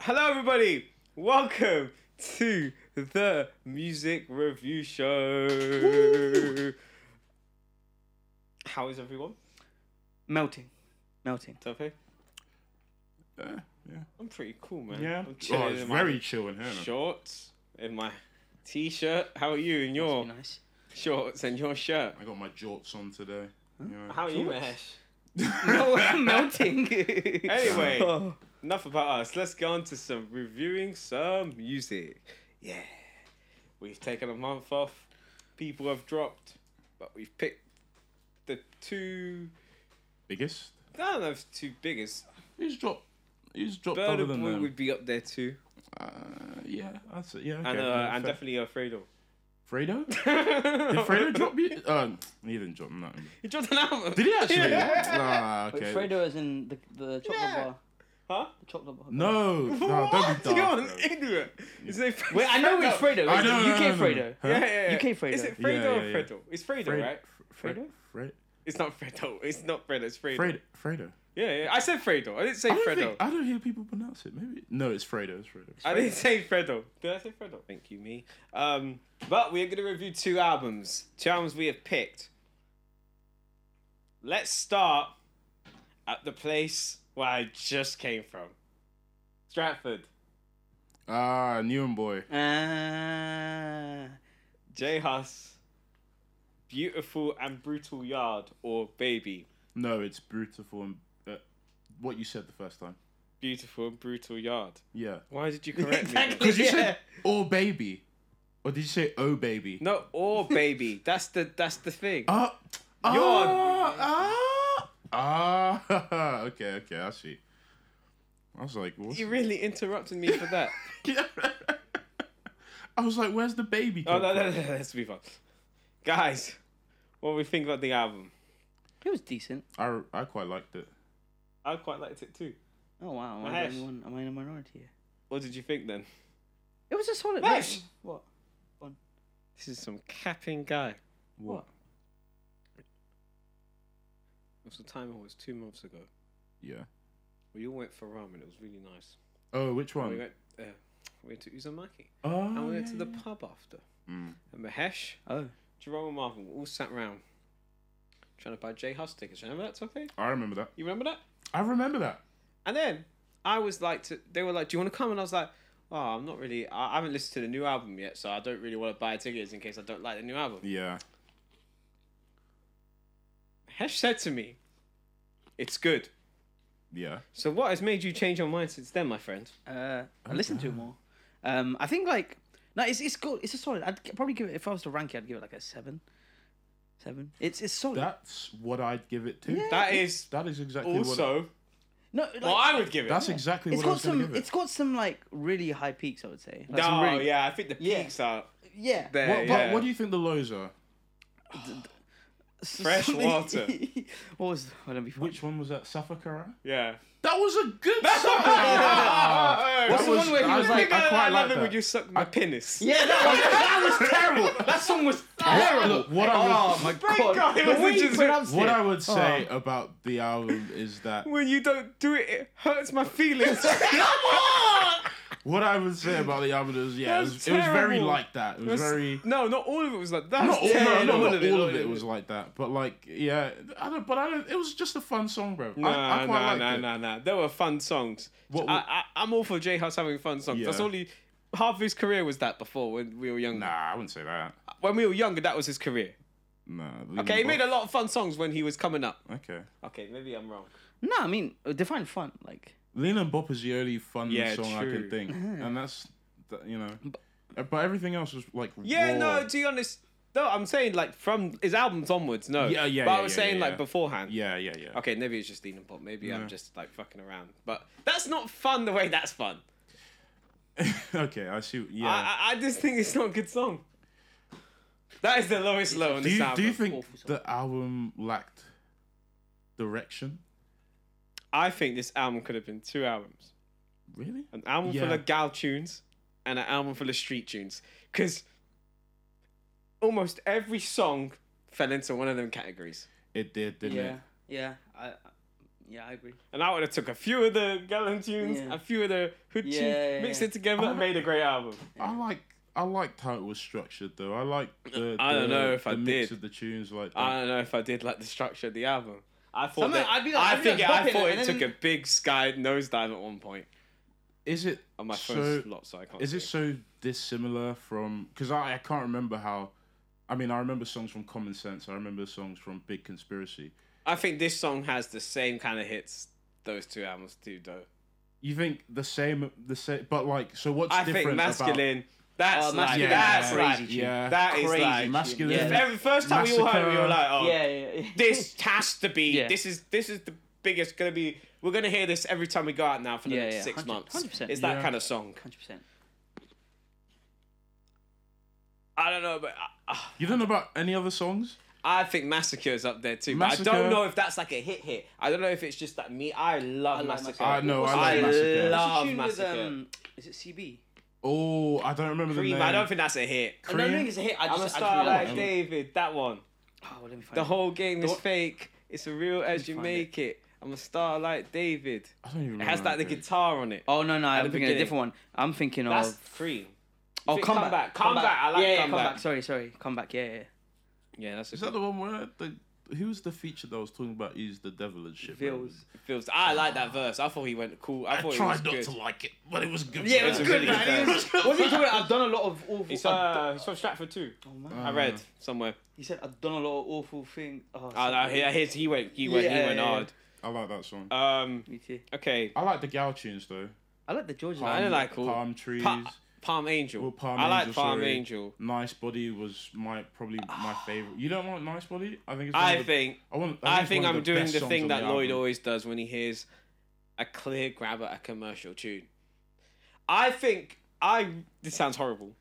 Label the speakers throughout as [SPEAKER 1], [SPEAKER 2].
[SPEAKER 1] Hello, everybody. Welcome to the Music Review Show. How is everyone?
[SPEAKER 2] Melting. Melting.
[SPEAKER 1] Tope?
[SPEAKER 3] Yeah, yeah.
[SPEAKER 1] I'm pretty cool, man.
[SPEAKER 3] Yeah.
[SPEAKER 1] I'm chilling
[SPEAKER 3] oh, it's
[SPEAKER 1] in
[SPEAKER 3] very chill in here.
[SPEAKER 1] my
[SPEAKER 3] man.
[SPEAKER 1] shorts, in my t-shirt. How are you in
[SPEAKER 2] Must
[SPEAKER 1] your
[SPEAKER 2] be nice.
[SPEAKER 1] shorts and your shirt?
[SPEAKER 3] I got my jorts on today. You know.
[SPEAKER 1] How are you, Mahesh?
[SPEAKER 2] Mel- melting. anyway.
[SPEAKER 3] Oh.
[SPEAKER 1] Enough about us. Let's go on to some reviewing some music. Yeah. We've taken a month off. People have dropped, but we've picked the two.
[SPEAKER 3] Biggest?
[SPEAKER 1] I don't know if it's two biggest.
[SPEAKER 3] Who's dropped? Who's dropped
[SPEAKER 1] Bird
[SPEAKER 3] other
[SPEAKER 1] of
[SPEAKER 3] than
[SPEAKER 1] Boy
[SPEAKER 3] them?
[SPEAKER 1] would be up there too.
[SPEAKER 3] Uh, yeah, that's it. Yeah, okay.
[SPEAKER 1] and uh,
[SPEAKER 3] yeah,
[SPEAKER 1] and
[SPEAKER 3] fair.
[SPEAKER 1] definitely Alfredo.
[SPEAKER 3] Fredo. Did Fredo drop you? Um, he didn't drop nothing.
[SPEAKER 1] He dropped an album.
[SPEAKER 3] Did he actually?
[SPEAKER 1] Yeah.
[SPEAKER 3] Nah, okay.
[SPEAKER 2] Fredo is in the, the chocolate
[SPEAKER 1] Yeah.
[SPEAKER 2] bar.
[SPEAKER 1] Huh?
[SPEAKER 2] The chocolate bar.
[SPEAKER 3] No, no,
[SPEAKER 1] What?
[SPEAKER 3] don't be dark.
[SPEAKER 1] You're an
[SPEAKER 3] bro.
[SPEAKER 1] idiot. His name Fredo.
[SPEAKER 2] Wait, I know it's Fredo.
[SPEAKER 3] I
[SPEAKER 2] It's
[SPEAKER 3] know,
[SPEAKER 2] UK
[SPEAKER 3] no, no, no,
[SPEAKER 2] Fredo.
[SPEAKER 3] no. Huh?
[SPEAKER 1] Yeah, yeah, yeah.
[SPEAKER 2] UK
[SPEAKER 1] Is
[SPEAKER 2] Fredo.
[SPEAKER 1] it Fredo
[SPEAKER 3] Yeah,
[SPEAKER 1] or
[SPEAKER 3] yeah, yeah.
[SPEAKER 1] Fredo? It's Fredo,
[SPEAKER 3] Fred-
[SPEAKER 1] right?
[SPEAKER 3] Fred-
[SPEAKER 2] Fredo?
[SPEAKER 3] Fred-
[SPEAKER 1] It's not Fredo. It's not Fredo. It's Fredo.
[SPEAKER 3] Fred- Fredo.
[SPEAKER 1] Yeah, yeah. I said Fredo. I didn't say
[SPEAKER 3] I don't,
[SPEAKER 1] Fredo.
[SPEAKER 3] think, I don't hear people pronounce it. Maybe no, it's Fredo. It's Fredo.
[SPEAKER 1] I didn't say Fredo. Did I say Fredo? Thank you, me. Um, but we're going to review two albums. Two albums we have picked. Let's start at the place where I just came from Stratford.
[SPEAKER 3] Ah, Newham boy.
[SPEAKER 2] Ah.
[SPEAKER 1] J Hus. Beautiful and Brutal Yard or Baby.
[SPEAKER 3] No, it's beautiful. And, uh, what you said the first time.
[SPEAKER 1] Beautiful and Brutal Yard.
[SPEAKER 3] Yeah.
[SPEAKER 1] Why did you correct me?
[SPEAKER 2] Exactly.
[SPEAKER 3] Because you
[SPEAKER 2] Yeah.
[SPEAKER 3] said "oh baby," or did you say "oh baby"?
[SPEAKER 1] No, or Baby. That's the that's the thing.
[SPEAKER 3] Ah,
[SPEAKER 1] You're-
[SPEAKER 3] ah, ah, ah. Okay, okay, I see. I was like, what?
[SPEAKER 1] You really interrupted me for that.
[SPEAKER 3] I was like, where's the baby?
[SPEAKER 1] Oh
[SPEAKER 3] come
[SPEAKER 1] no, no, no,
[SPEAKER 3] from?
[SPEAKER 1] no, let's move on. Guys, what we think about the album?
[SPEAKER 2] It was decent.
[SPEAKER 3] I I quite liked it.
[SPEAKER 1] I quite liked it too.
[SPEAKER 2] Oh, wow. Am I,
[SPEAKER 1] Mahesh.
[SPEAKER 2] the only one- am I in a minority here?
[SPEAKER 1] What did you think then?
[SPEAKER 2] It was a solid.
[SPEAKER 1] Mahesh.
[SPEAKER 2] What?
[SPEAKER 1] This is some capping guy.
[SPEAKER 2] What?
[SPEAKER 1] It was the time it was two months ago.
[SPEAKER 3] Yeah.
[SPEAKER 1] We all went for ramen. It was really nice.
[SPEAKER 3] Oh, which
[SPEAKER 1] we
[SPEAKER 3] one?
[SPEAKER 1] went. Uh, we went to Uzumaki.
[SPEAKER 3] Oh,
[SPEAKER 1] and we went
[SPEAKER 3] yeah,
[SPEAKER 1] to the
[SPEAKER 3] yeah.
[SPEAKER 1] pub after.
[SPEAKER 3] Mm.
[SPEAKER 1] And Mahesh,
[SPEAKER 2] Oh.
[SPEAKER 1] Jerome, and Marvin all sat round trying to buy J Hus tickets. Remember that? Okay.
[SPEAKER 3] I remember that.
[SPEAKER 1] You remember that?
[SPEAKER 3] I remember that.
[SPEAKER 1] And then I was like, to, they were like, "Do you want to come?" And I was like, "Oh, I'm not really. I I haven't listened to the new album yet, so I don't really want to buy tickets in case I don't like the new album."
[SPEAKER 3] Yeah.
[SPEAKER 1] Hesh said to me, "It's good."
[SPEAKER 3] Yeah.
[SPEAKER 1] So what has made you change your mind since then, my friend?
[SPEAKER 2] Uh, I listened to it more. Um, I think like no, it's it's good. It's a solid. I'd g- probably give it if I was to rank it, I'd give it like a seven, seven. It's it's solid.
[SPEAKER 3] That's what I'd give it to.
[SPEAKER 2] Yeah.
[SPEAKER 1] That is
[SPEAKER 3] That is exactly what.
[SPEAKER 1] also
[SPEAKER 2] no, like,
[SPEAKER 1] well, I would give it.
[SPEAKER 3] That's exactly
[SPEAKER 2] it's
[SPEAKER 3] what I
[SPEAKER 2] got
[SPEAKER 3] was going to give
[SPEAKER 2] some.
[SPEAKER 3] it.
[SPEAKER 2] It's got some like really high peaks. I would say. Like, some
[SPEAKER 1] no,
[SPEAKER 2] really,
[SPEAKER 1] yeah, I think the
[SPEAKER 2] Yeah.
[SPEAKER 1] peaks are
[SPEAKER 2] yeah.
[SPEAKER 1] there.
[SPEAKER 3] What,
[SPEAKER 1] yeah.
[SPEAKER 3] what, what do you think the lows are?
[SPEAKER 2] S-
[SPEAKER 1] fresh
[SPEAKER 2] something-
[SPEAKER 1] water.
[SPEAKER 2] what was? I don't be fine.
[SPEAKER 3] Which one was that? Safakara?
[SPEAKER 1] Yeah.
[SPEAKER 3] That was a good
[SPEAKER 1] What's
[SPEAKER 3] That
[SPEAKER 1] the
[SPEAKER 3] was-
[SPEAKER 1] one where he
[SPEAKER 3] I
[SPEAKER 1] was
[SPEAKER 3] think
[SPEAKER 1] like, "I,
[SPEAKER 3] I quite
[SPEAKER 1] love
[SPEAKER 3] like
[SPEAKER 1] it
[SPEAKER 3] that.
[SPEAKER 1] when you suck my penis."
[SPEAKER 2] Yeah, that was, that was terrible. That song was terrible.
[SPEAKER 3] Look, what I would,
[SPEAKER 2] Oh my
[SPEAKER 1] Thank
[SPEAKER 2] god!
[SPEAKER 1] God it
[SPEAKER 2] The
[SPEAKER 1] was
[SPEAKER 2] way you
[SPEAKER 1] just-
[SPEAKER 2] pronounced
[SPEAKER 3] what
[SPEAKER 2] it.
[SPEAKER 3] I would say
[SPEAKER 1] Oh.
[SPEAKER 3] about the album is that
[SPEAKER 1] When you don't do it, it hurts my feelings.
[SPEAKER 3] what I would say about the album is yeah, it
[SPEAKER 1] That's
[SPEAKER 3] was, it was very
[SPEAKER 1] terrible.
[SPEAKER 3] like that. It was very
[SPEAKER 1] No, not all of it was like that.
[SPEAKER 3] not all,
[SPEAKER 1] Yeah,
[SPEAKER 3] no, no,
[SPEAKER 1] not
[SPEAKER 3] not all of it was like that, but like yeah, I don't. But I don't. It was just a fun song, bro.
[SPEAKER 1] No,
[SPEAKER 3] I, I quite
[SPEAKER 1] no,
[SPEAKER 3] liked
[SPEAKER 1] no,
[SPEAKER 3] it.
[SPEAKER 1] no, no. There were fun songs.
[SPEAKER 3] What-
[SPEAKER 1] I, I, I'm all for J House having fun songs. That's
[SPEAKER 3] Yeah.
[SPEAKER 1] all he. Half his career was that before when we were younger.
[SPEAKER 3] Nah, I wouldn't say that.
[SPEAKER 1] When we were younger, that was his career.
[SPEAKER 3] Nah.
[SPEAKER 1] Okay, he made a lot of fun songs when he was coming up.
[SPEAKER 3] Okay.
[SPEAKER 1] Okay, maybe I'm wrong.
[SPEAKER 2] No, I mean uh, define fun. Like
[SPEAKER 3] Lean and Bop is the only fun
[SPEAKER 1] Yeah,
[SPEAKER 3] song I
[SPEAKER 1] true.
[SPEAKER 3] can think, and that's that, you know. But everything else was like
[SPEAKER 1] Yeah,
[SPEAKER 3] raw.
[SPEAKER 1] no. To be honest, no. I'm saying like from his albums onwards. No.
[SPEAKER 3] Yeah, yeah,
[SPEAKER 1] But I
[SPEAKER 3] yeah,
[SPEAKER 1] was
[SPEAKER 3] yeah,
[SPEAKER 1] saying
[SPEAKER 3] yeah,
[SPEAKER 1] like
[SPEAKER 3] yeah.
[SPEAKER 1] beforehand.
[SPEAKER 3] Yeah, yeah, yeah.
[SPEAKER 1] Okay, maybe it's just Dean and Pop. Maybe I'm
[SPEAKER 3] Yeah.
[SPEAKER 1] just like fucking around. But that's not fun the way that's fun.
[SPEAKER 3] okay, I see. Yeah.
[SPEAKER 1] I, I, I just think it's not a good song. That is the lowest low on
[SPEAKER 3] do
[SPEAKER 1] this
[SPEAKER 3] you,
[SPEAKER 1] album.
[SPEAKER 3] do you think
[SPEAKER 2] Awful song.
[SPEAKER 3] the album lacked direction?
[SPEAKER 1] I think this album could have been two albums.
[SPEAKER 3] Really?
[SPEAKER 1] An album full
[SPEAKER 3] Yeah.
[SPEAKER 1] of gal tunes and an album full of street tunes. Because almost every song fell into one of them categories.
[SPEAKER 3] It did, didn't
[SPEAKER 2] yeah,
[SPEAKER 3] it?
[SPEAKER 2] yeah, I, I- Yeah, I agree.
[SPEAKER 1] And I would have took a few of the Gallon tunes,
[SPEAKER 2] Yeah.
[SPEAKER 1] a few of the Hood
[SPEAKER 2] Yeah,
[SPEAKER 1] tunes,
[SPEAKER 2] yeah,
[SPEAKER 1] mixed
[SPEAKER 2] yeah.
[SPEAKER 1] it together, and made a great album.
[SPEAKER 3] I like I liked how it was structured though. I like the
[SPEAKER 1] I don't
[SPEAKER 3] the-
[SPEAKER 1] know if
[SPEAKER 3] the
[SPEAKER 1] I
[SPEAKER 3] mix
[SPEAKER 1] did.
[SPEAKER 3] of the tunes like that.
[SPEAKER 1] I don't know if I did like the structure of the album. I thought
[SPEAKER 2] Some of
[SPEAKER 1] that,
[SPEAKER 2] it- I'd be like-
[SPEAKER 1] I
[SPEAKER 2] I'd be
[SPEAKER 1] think
[SPEAKER 2] like
[SPEAKER 1] it- I
[SPEAKER 2] bumping
[SPEAKER 1] thought
[SPEAKER 2] it
[SPEAKER 1] it
[SPEAKER 2] and
[SPEAKER 1] took
[SPEAKER 2] then-
[SPEAKER 1] a big sky nosedive at one point.
[SPEAKER 3] is it
[SPEAKER 1] And my
[SPEAKER 3] so
[SPEAKER 1] phone's locked, so I can't.
[SPEAKER 3] is
[SPEAKER 1] see
[SPEAKER 3] it so dissimilar from because I, I can't remember how I mean I remember songs from Common Sense, I remember songs from Big Conspiracy.
[SPEAKER 1] I think this song has the same kind of hits those two albums do, though.
[SPEAKER 3] You think the same the same but like so what's
[SPEAKER 1] I
[SPEAKER 3] different
[SPEAKER 1] think
[SPEAKER 3] about
[SPEAKER 1] masculine. That's
[SPEAKER 2] Oh,
[SPEAKER 1] like
[SPEAKER 2] Masculine
[SPEAKER 1] that's
[SPEAKER 2] is
[SPEAKER 1] like
[SPEAKER 2] crazy tune.
[SPEAKER 3] yeah.
[SPEAKER 1] that is
[SPEAKER 2] Crazy.
[SPEAKER 1] like.
[SPEAKER 3] masculine
[SPEAKER 2] Yeah.
[SPEAKER 1] If every first time we all heard, it, we were like, oh,
[SPEAKER 2] yeah, yeah, yeah.
[SPEAKER 1] this has to be.
[SPEAKER 2] Yeah.
[SPEAKER 1] This is this is the biggest. Gonna be. We're gonna hear this every time we go out now for the
[SPEAKER 2] Yeah,
[SPEAKER 1] next
[SPEAKER 2] yeah,
[SPEAKER 1] six
[SPEAKER 2] 100
[SPEAKER 1] months.
[SPEAKER 2] 100%.
[SPEAKER 1] It's that
[SPEAKER 3] Yeah.
[SPEAKER 1] kind of song.
[SPEAKER 2] hundred percent.
[SPEAKER 1] I don't know, but I,
[SPEAKER 3] You don't know about any other songs?
[SPEAKER 1] I think Massacre is up there too. But I
[SPEAKER 3] Massacre.
[SPEAKER 1] don't know if that's like a hit hit. I don't know if it's just that me. I love
[SPEAKER 2] I like
[SPEAKER 1] Massacre.
[SPEAKER 2] Massacre.
[SPEAKER 3] I know, I
[SPEAKER 1] I
[SPEAKER 3] like Massacre.
[SPEAKER 1] love
[SPEAKER 2] What's the tune
[SPEAKER 1] Massacre.
[SPEAKER 2] with, um, is it CB?
[SPEAKER 3] Oh, I don't remember the
[SPEAKER 1] Cream.
[SPEAKER 3] name.
[SPEAKER 1] I don't think that's a hit.
[SPEAKER 2] I don't
[SPEAKER 3] Cream?
[SPEAKER 2] think it's a hit. I
[SPEAKER 1] I'm
[SPEAKER 2] just,
[SPEAKER 1] a
[SPEAKER 2] I just
[SPEAKER 1] star
[SPEAKER 2] really like
[SPEAKER 1] like
[SPEAKER 2] it.
[SPEAKER 1] David. That one.
[SPEAKER 2] Oh, let me find
[SPEAKER 1] The
[SPEAKER 2] it.
[SPEAKER 1] whole game is
[SPEAKER 2] Don't-
[SPEAKER 1] fake. It's a real as you
[SPEAKER 2] find
[SPEAKER 1] make it. Mm. I'm a star like David.
[SPEAKER 3] I don't even
[SPEAKER 1] It has
[SPEAKER 3] remember
[SPEAKER 1] like the
[SPEAKER 3] Cream.
[SPEAKER 1] guitar on it.
[SPEAKER 2] Oh no no!
[SPEAKER 1] the
[SPEAKER 2] I'm thinking of a
[SPEAKER 1] beginning.
[SPEAKER 2] different one. I'm thinking
[SPEAKER 1] That's
[SPEAKER 2] of
[SPEAKER 1] Cream.
[SPEAKER 2] oh
[SPEAKER 1] Think Comeback.
[SPEAKER 2] comeback,
[SPEAKER 1] Comeback. I like
[SPEAKER 2] yeah, yeah,
[SPEAKER 1] Comeback.
[SPEAKER 2] Sorry sorry, comeback. Yeah yeah.
[SPEAKER 1] Yeah, that's a
[SPEAKER 3] Is that the one where the who was the feature that I was talking about? He's the devil and shit. man?
[SPEAKER 2] Feels.
[SPEAKER 1] feels. I like that verse. I thought he went cool. I,
[SPEAKER 3] I
[SPEAKER 1] thought
[SPEAKER 3] tried
[SPEAKER 1] he
[SPEAKER 3] not
[SPEAKER 1] was
[SPEAKER 3] to
[SPEAKER 1] good.
[SPEAKER 3] like it, but it was good.
[SPEAKER 2] Yeah, it
[SPEAKER 1] was
[SPEAKER 2] was
[SPEAKER 1] a
[SPEAKER 2] good,
[SPEAKER 1] really
[SPEAKER 2] man.
[SPEAKER 1] good
[SPEAKER 2] It was- What did he talking about? I've done a lot of awful.
[SPEAKER 1] He's,
[SPEAKER 2] I've
[SPEAKER 1] uh, he's from Stratford too.
[SPEAKER 2] done- oh, man.
[SPEAKER 1] I read somewhere.
[SPEAKER 2] He said I've done a lot of awful things. Oh,
[SPEAKER 1] Oh, no,
[SPEAKER 2] sorry.
[SPEAKER 1] he, his, he went. He went.
[SPEAKER 2] Yeah,
[SPEAKER 1] he went
[SPEAKER 2] yeah, yeah.
[SPEAKER 1] hard.
[SPEAKER 3] I like that song.
[SPEAKER 1] Um.
[SPEAKER 2] Me too.
[SPEAKER 1] Okay.
[SPEAKER 3] I like the Gal tunes though.
[SPEAKER 2] I like the George.
[SPEAKER 1] Oh, I
[SPEAKER 2] line.
[SPEAKER 1] don't like all-
[SPEAKER 3] Palm trees.
[SPEAKER 1] Pa- Palm Angel.
[SPEAKER 3] Well, Palm
[SPEAKER 1] I like
[SPEAKER 3] Angel,
[SPEAKER 1] Palm
[SPEAKER 3] sorry.
[SPEAKER 1] Angel.
[SPEAKER 3] Nice body was my probably my favorite. You don't want nice body? I think. It's one of
[SPEAKER 1] I
[SPEAKER 3] the-
[SPEAKER 1] think.
[SPEAKER 3] I want.
[SPEAKER 1] I
[SPEAKER 3] it's
[SPEAKER 1] think
[SPEAKER 3] one of
[SPEAKER 1] I'm doing
[SPEAKER 3] best
[SPEAKER 1] the
[SPEAKER 3] songs
[SPEAKER 1] thing
[SPEAKER 3] on
[SPEAKER 1] that
[SPEAKER 3] the
[SPEAKER 1] Lloyd
[SPEAKER 3] album.
[SPEAKER 1] always does when he hears a clear grab at a commercial tune. I think I. This sounds horrible.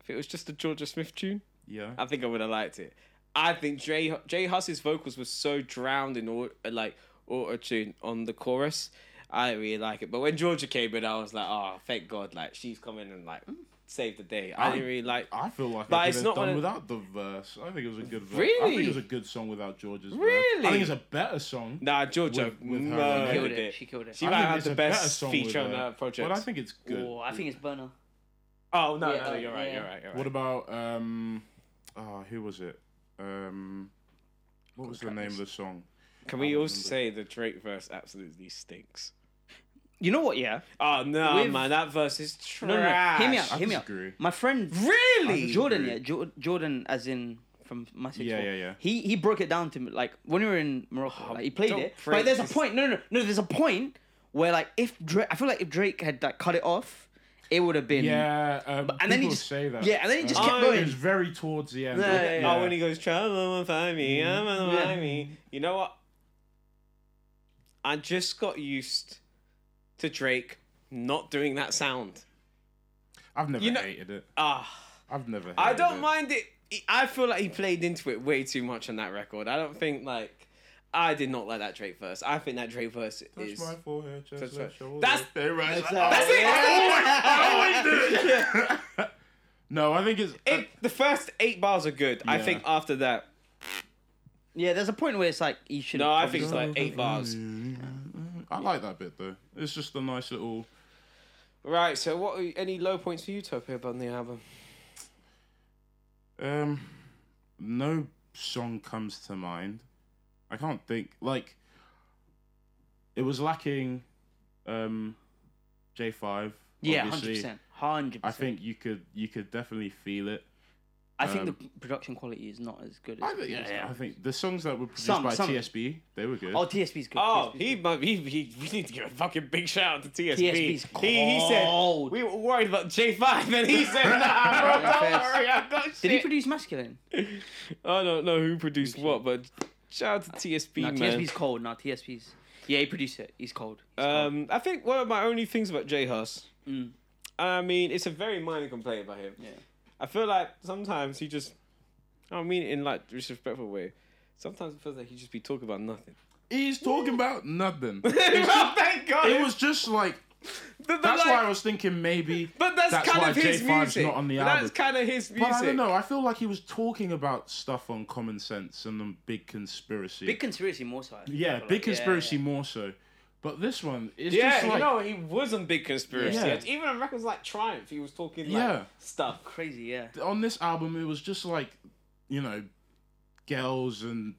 [SPEAKER 1] If it was just a Georgia Smith tune,
[SPEAKER 3] Yeah.
[SPEAKER 1] I think I would have liked it. I think Jay Jay Huss's vocals were so drowned in au- like auto tune on the chorus. I didn't really like it, but when Georgia came in, I was like, oh, thank God, like she's coming and like mm, saved the day. I,
[SPEAKER 3] I-
[SPEAKER 1] didn't really like.
[SPEAKER 3] I feel like
[SPEAKER 1] But
[SPEAKER 3] I could
[SPEAKER 1] it's
[SPEAKER 3] have
[SPEAKER 1] not
[SPEAKER 3] done
[SPEAKER 1] one of-
[SPEAKER 3] without the verse. I think it was a good verse. I think
[SPEAKER 1] Really?
[SPEAKER 3] it was a good song without George's verse. I
[SPEAKER 1] Really?
[SPEAKER 3] think it's a better song.
[SPEAKER 1] Nah, Georgia
[SPEAKER 3] With- with her
[SPEAKER 1] murdered
[SPEAKER 3] on
[SPEAKER 2] Killed
[SPEAKER 1] it.
[SPEAKER 2] it. She killed it.
[SPEAKER 1] She
[SPEAKER 3] I
[SPEAKER 1] might
[SPEAKER 3] think
[SPEAKER 1] have
[SPEAKER 3] it's
[SPEAKER 1] the
[SPEAKER 3] a better
[SPEAKER 1] best
[SPEAKER 3] song
[SPEAKER 1] feature
[SPEAKER 3] with
[SPEAKER 1] on
[SPEAKER 3] her.
[SPEAKER 1] that project.
[SPEAKER 3] But I think it's good.
[SPEAKER 2] Oh, I think it's Burner.
[SPEAKER 1] Oh no,
[SPEAKER 2] Yeah,
[SPEAKER 1] no, you're right,
[SPEAKER 2] yeah.
[SPEAKER 1] you're right, you're right.
[SPEAKER 3] What about um, oh, who was it? Um, what was the name of the song?
[SPEAKER 1] Can we
[SPEAKER 3] Oh,
[SPEAKER 1] also
[SPEAKER 3] remember.
[SPEAKER 1] say the Drake verse absolutely stinks?
[SPEAKER 2] You know what? Yeah.
[SPEAKER 1] Oh no,
[SPEAKER 2] With-
[SPEAKER 1] man, that verse is trash.
[SPEAKER 2] No, no, no. Hear me out.
[SPEAKER 3] I
[SPEAKER 2] Hear me out.
[SPEAKER 3] disagree.
[SPEAKER 2] My friend.
[SPEAKER 1] Really?
[SPEAKER 2] Jordan,
[SPEAKER 3] agree.
[SPEAKER 2] yeah, Jor- Jordan, as in from my six
[SPEAKER 3] Yeah,
[SPEAKER 2] four.
[SPEAKER 3] yeah, yeah. Oh,
[SPEAKER 2] He he broke it down to me like when we were in Morocco, like, he played
[SPEAKER 1] don't
[SPEAKER 2] it.
[SPEAKER 1] praise
[SPEAKER 2] But there's a
[SPEAKER 1] this-
[SPEAKER 2] point. No, no, no. There's a point where like if Drake, I feel like if Drake had like cut it off, it would have been.
[SPEAKER 3] Yeah, um,
[SPEAKER 2] and then he
[SPEAKER 3] people
[SPEAKER 2] just-
[SPEAKER 3] say that.
[SPEAKER 2] yeah, and then he just
[SPEAKER 3] Um,
[SPEAKER 1] kept going.
[SPEAKER 3] It was very towards the end.
[SPEAKER 2] Yeah, yeah,
[SPEAKER 1] Oh, when he goes, trouble will find me, I'm gonna
[SPEAKER 2] Yeah.
[SPEAKER 1] find me. You know what? I just got used to Drake not doing that sound.
[SPEAKER 3] I've never
[SPEAKER 1] You know-
[SPEAKER 3] hated it.
[SPEAKER 1] Ah,
[SPEAKER 3] I've never. Hated
[SPEAKER 1] I don't
[SPEAKER 3] it.
[SPEAKER 1] mind it. He- I feel like he played into it way too much on that record. I don't think like I did not like that Drake verse. I think that Drake verse
[SPEAKER 3] Touch
[SPEAKER 1] is
[SPEAKER 3] my forehead, just
[SPEAKER 1] That's
[SPEAKER 3] let
[SPEAKER 1] right.
[SPEAKER 3] your
[SPEAKER 1] That's-
[SPEAKER 3] lips- they rise
[SPEAKER 2] That's
[SPEAKER 3] up.
[SPEAKER 2] how-
[SPEAKER 1] That's it.
[SPEAKER 3] I always do it. no, I think it's.
[SPEAKER 1] It, the first eight bars are good. I
[SPEAKER 3] Yeah.
[SPEAKER 1] think after that,
[SPEAKER 2] Yeah, there's a point where it's like you should.
[SPEAKER 1] No, I think it's like eight bars.
[SPEAKER 3] uh, I like that bit though. It's just a nice little.
[SPEAKER 1] Right. So, what are any low points for Utopia on the album?
[SPEAKER 3] Um, no song comes to mind. I can't think. Like, it was lacking. Um, J five.
[SPEAKER 2] yeah, hundred percent, hundred
[SPEAKER 3] I
[SPEAKER 2] percent.
[SPEAKER 3] think you could you could definitely feel it.
[SPEAKER 2] I think
[SPEAKER 3] um,
[SPEAKER 2] the production quality is not as good as.
[SPEAKER 3] I think, yeah,
[SPEAKER 2] as-
[SPEAKER 3] I think the songs that were produced
[SPEAKER 2] Some-
[SPEAKER 3] by
[SPEAKER 2] some-
[SPEAKER 3] TSB they were good.
[SPEAKER 2] Oh, TSB's good.
[SPEAKER 1] Oh,
[SPEAKER 2] TSB's
[SPEAKER 1] he,
[SPEAKER 2] good.
[SPEAKER 1] might- he, he, we need to give a fucking big shout out to TSB.
[SPEAKER 2] TSB's
[SPEAKER 1] he, he said
[SPEAKER 2] cold.
[SPEAKER 1] we were worried about J5, and he said, "Nah, bro, don't
[SPEAKER 2] Manifest.
[SPEAKER 1] worry, I got shit."
[SPEAKER 2] Did he produce Masculine?
[SPEAKER 1] I don't know who produced what, but shout out to TSB,
[SPEAKER 2] No,
[SPEAKER 1] man.
[SPEAKER 2] TSB's cold. No, TSB's. Yeah, he produced it. He's cold. He's cold.
[SPEAKER 1] Um, I think one of my only things about J Huss,
[SPEAKER 2] Mm.
[SPEAKER 1] I mean, it's a very minor complaint about him.
[SPEAKER 2] Yeah.
[SPEAKER 1] I feel like sometimes he just, I don't mean it in like disrespectful way. Sometimes it feels like he just be talking about nothing.
[SPEAKER 3] He's talking about nothing.
[SPEAKER 1] Well, thank God.
[SPEAKER 3] it was just like
[SPEAKER 1] But- but
[SPEAKER 3] That's
[SPEAKER 1] like-
[SPEAKER 3] why I was thinking maybe.
[SPEAKER 1] But that's,
[SPEAKER 3] that's
[SPEAKER 1] kind
[SPEAKER 3] why
[SPEAKER 1] of his
[SPEAKER 3] J5's
[SPEAKER 1] music.
[SPEAKER 3] not on the album.
[SPEAKER 1] That's kind of his music.
[SPEAKER 3] But I don't know. I feel like he was talking about stuff on common sense and on big conspiracy.
[SPEAKER 2] Big conspiracy more so. I think. I
[SPEAKER 3] yeah,
[SPEAKER 2] feel
[SPEAKER 3] big
[SPEAKER 2] like.
[SPEAKER 3] conspiracy more so. But this one is
[SPEAKER 1] Yeah,
[SPEAKER 3] just
[SPEAKER 1] you
[SPEAKER 3] like
[SPEAKER 1] know, he was on Big Conspiracy.
[SPEAKER 3] Yeah.
[SPEAKER 1] Even on records like Triumph, he was talking like
[SPEAKER 3] Yeah.
[SPEAKER 1] stuff.
[SPEAKER 2] Crazy, yeah.
[SPEAKER 3] on this album it was just like you know, girls and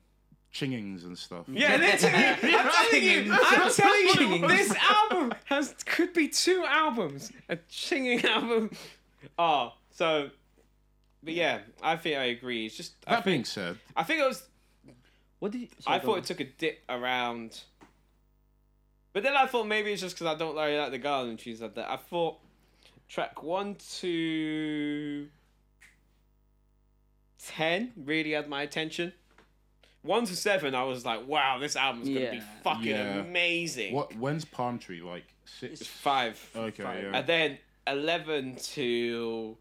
[SPEAKER 3] chingings and stuff.
[SPEAKER 1] Yeah, literally. I'm telling you, I'm telling you, this album has could be two albums, a chinging album. Oh, so, but yeah, I think I agree. It's just I,
[SPEAKER 3] That being said,
[SPEAKER 1] I think it was.
[SPEAKER 2] What did you?
[SPEAKER 1] I thought it took a dip around, but then I thought maybe it's just because I don't really like the garden trees like that. I thought track one to ten really had my attention. One to seven, I was like, "Wow, this album's gonna be
[SPEAKER 2] Yeah.
[SPEAKER 1] fucking
[SPEAKER 3] Yeah.
[SPEAKER 1] amazing."
[SPEAKER 3] what when's Palm Tree like six?
[SPEAKER 1] Five,
[SPEAKER 3] Okay,
[SPEAKER 2] Five.
[SPEAKER 3] yeah.
[SPEAKER 1] and then eleven to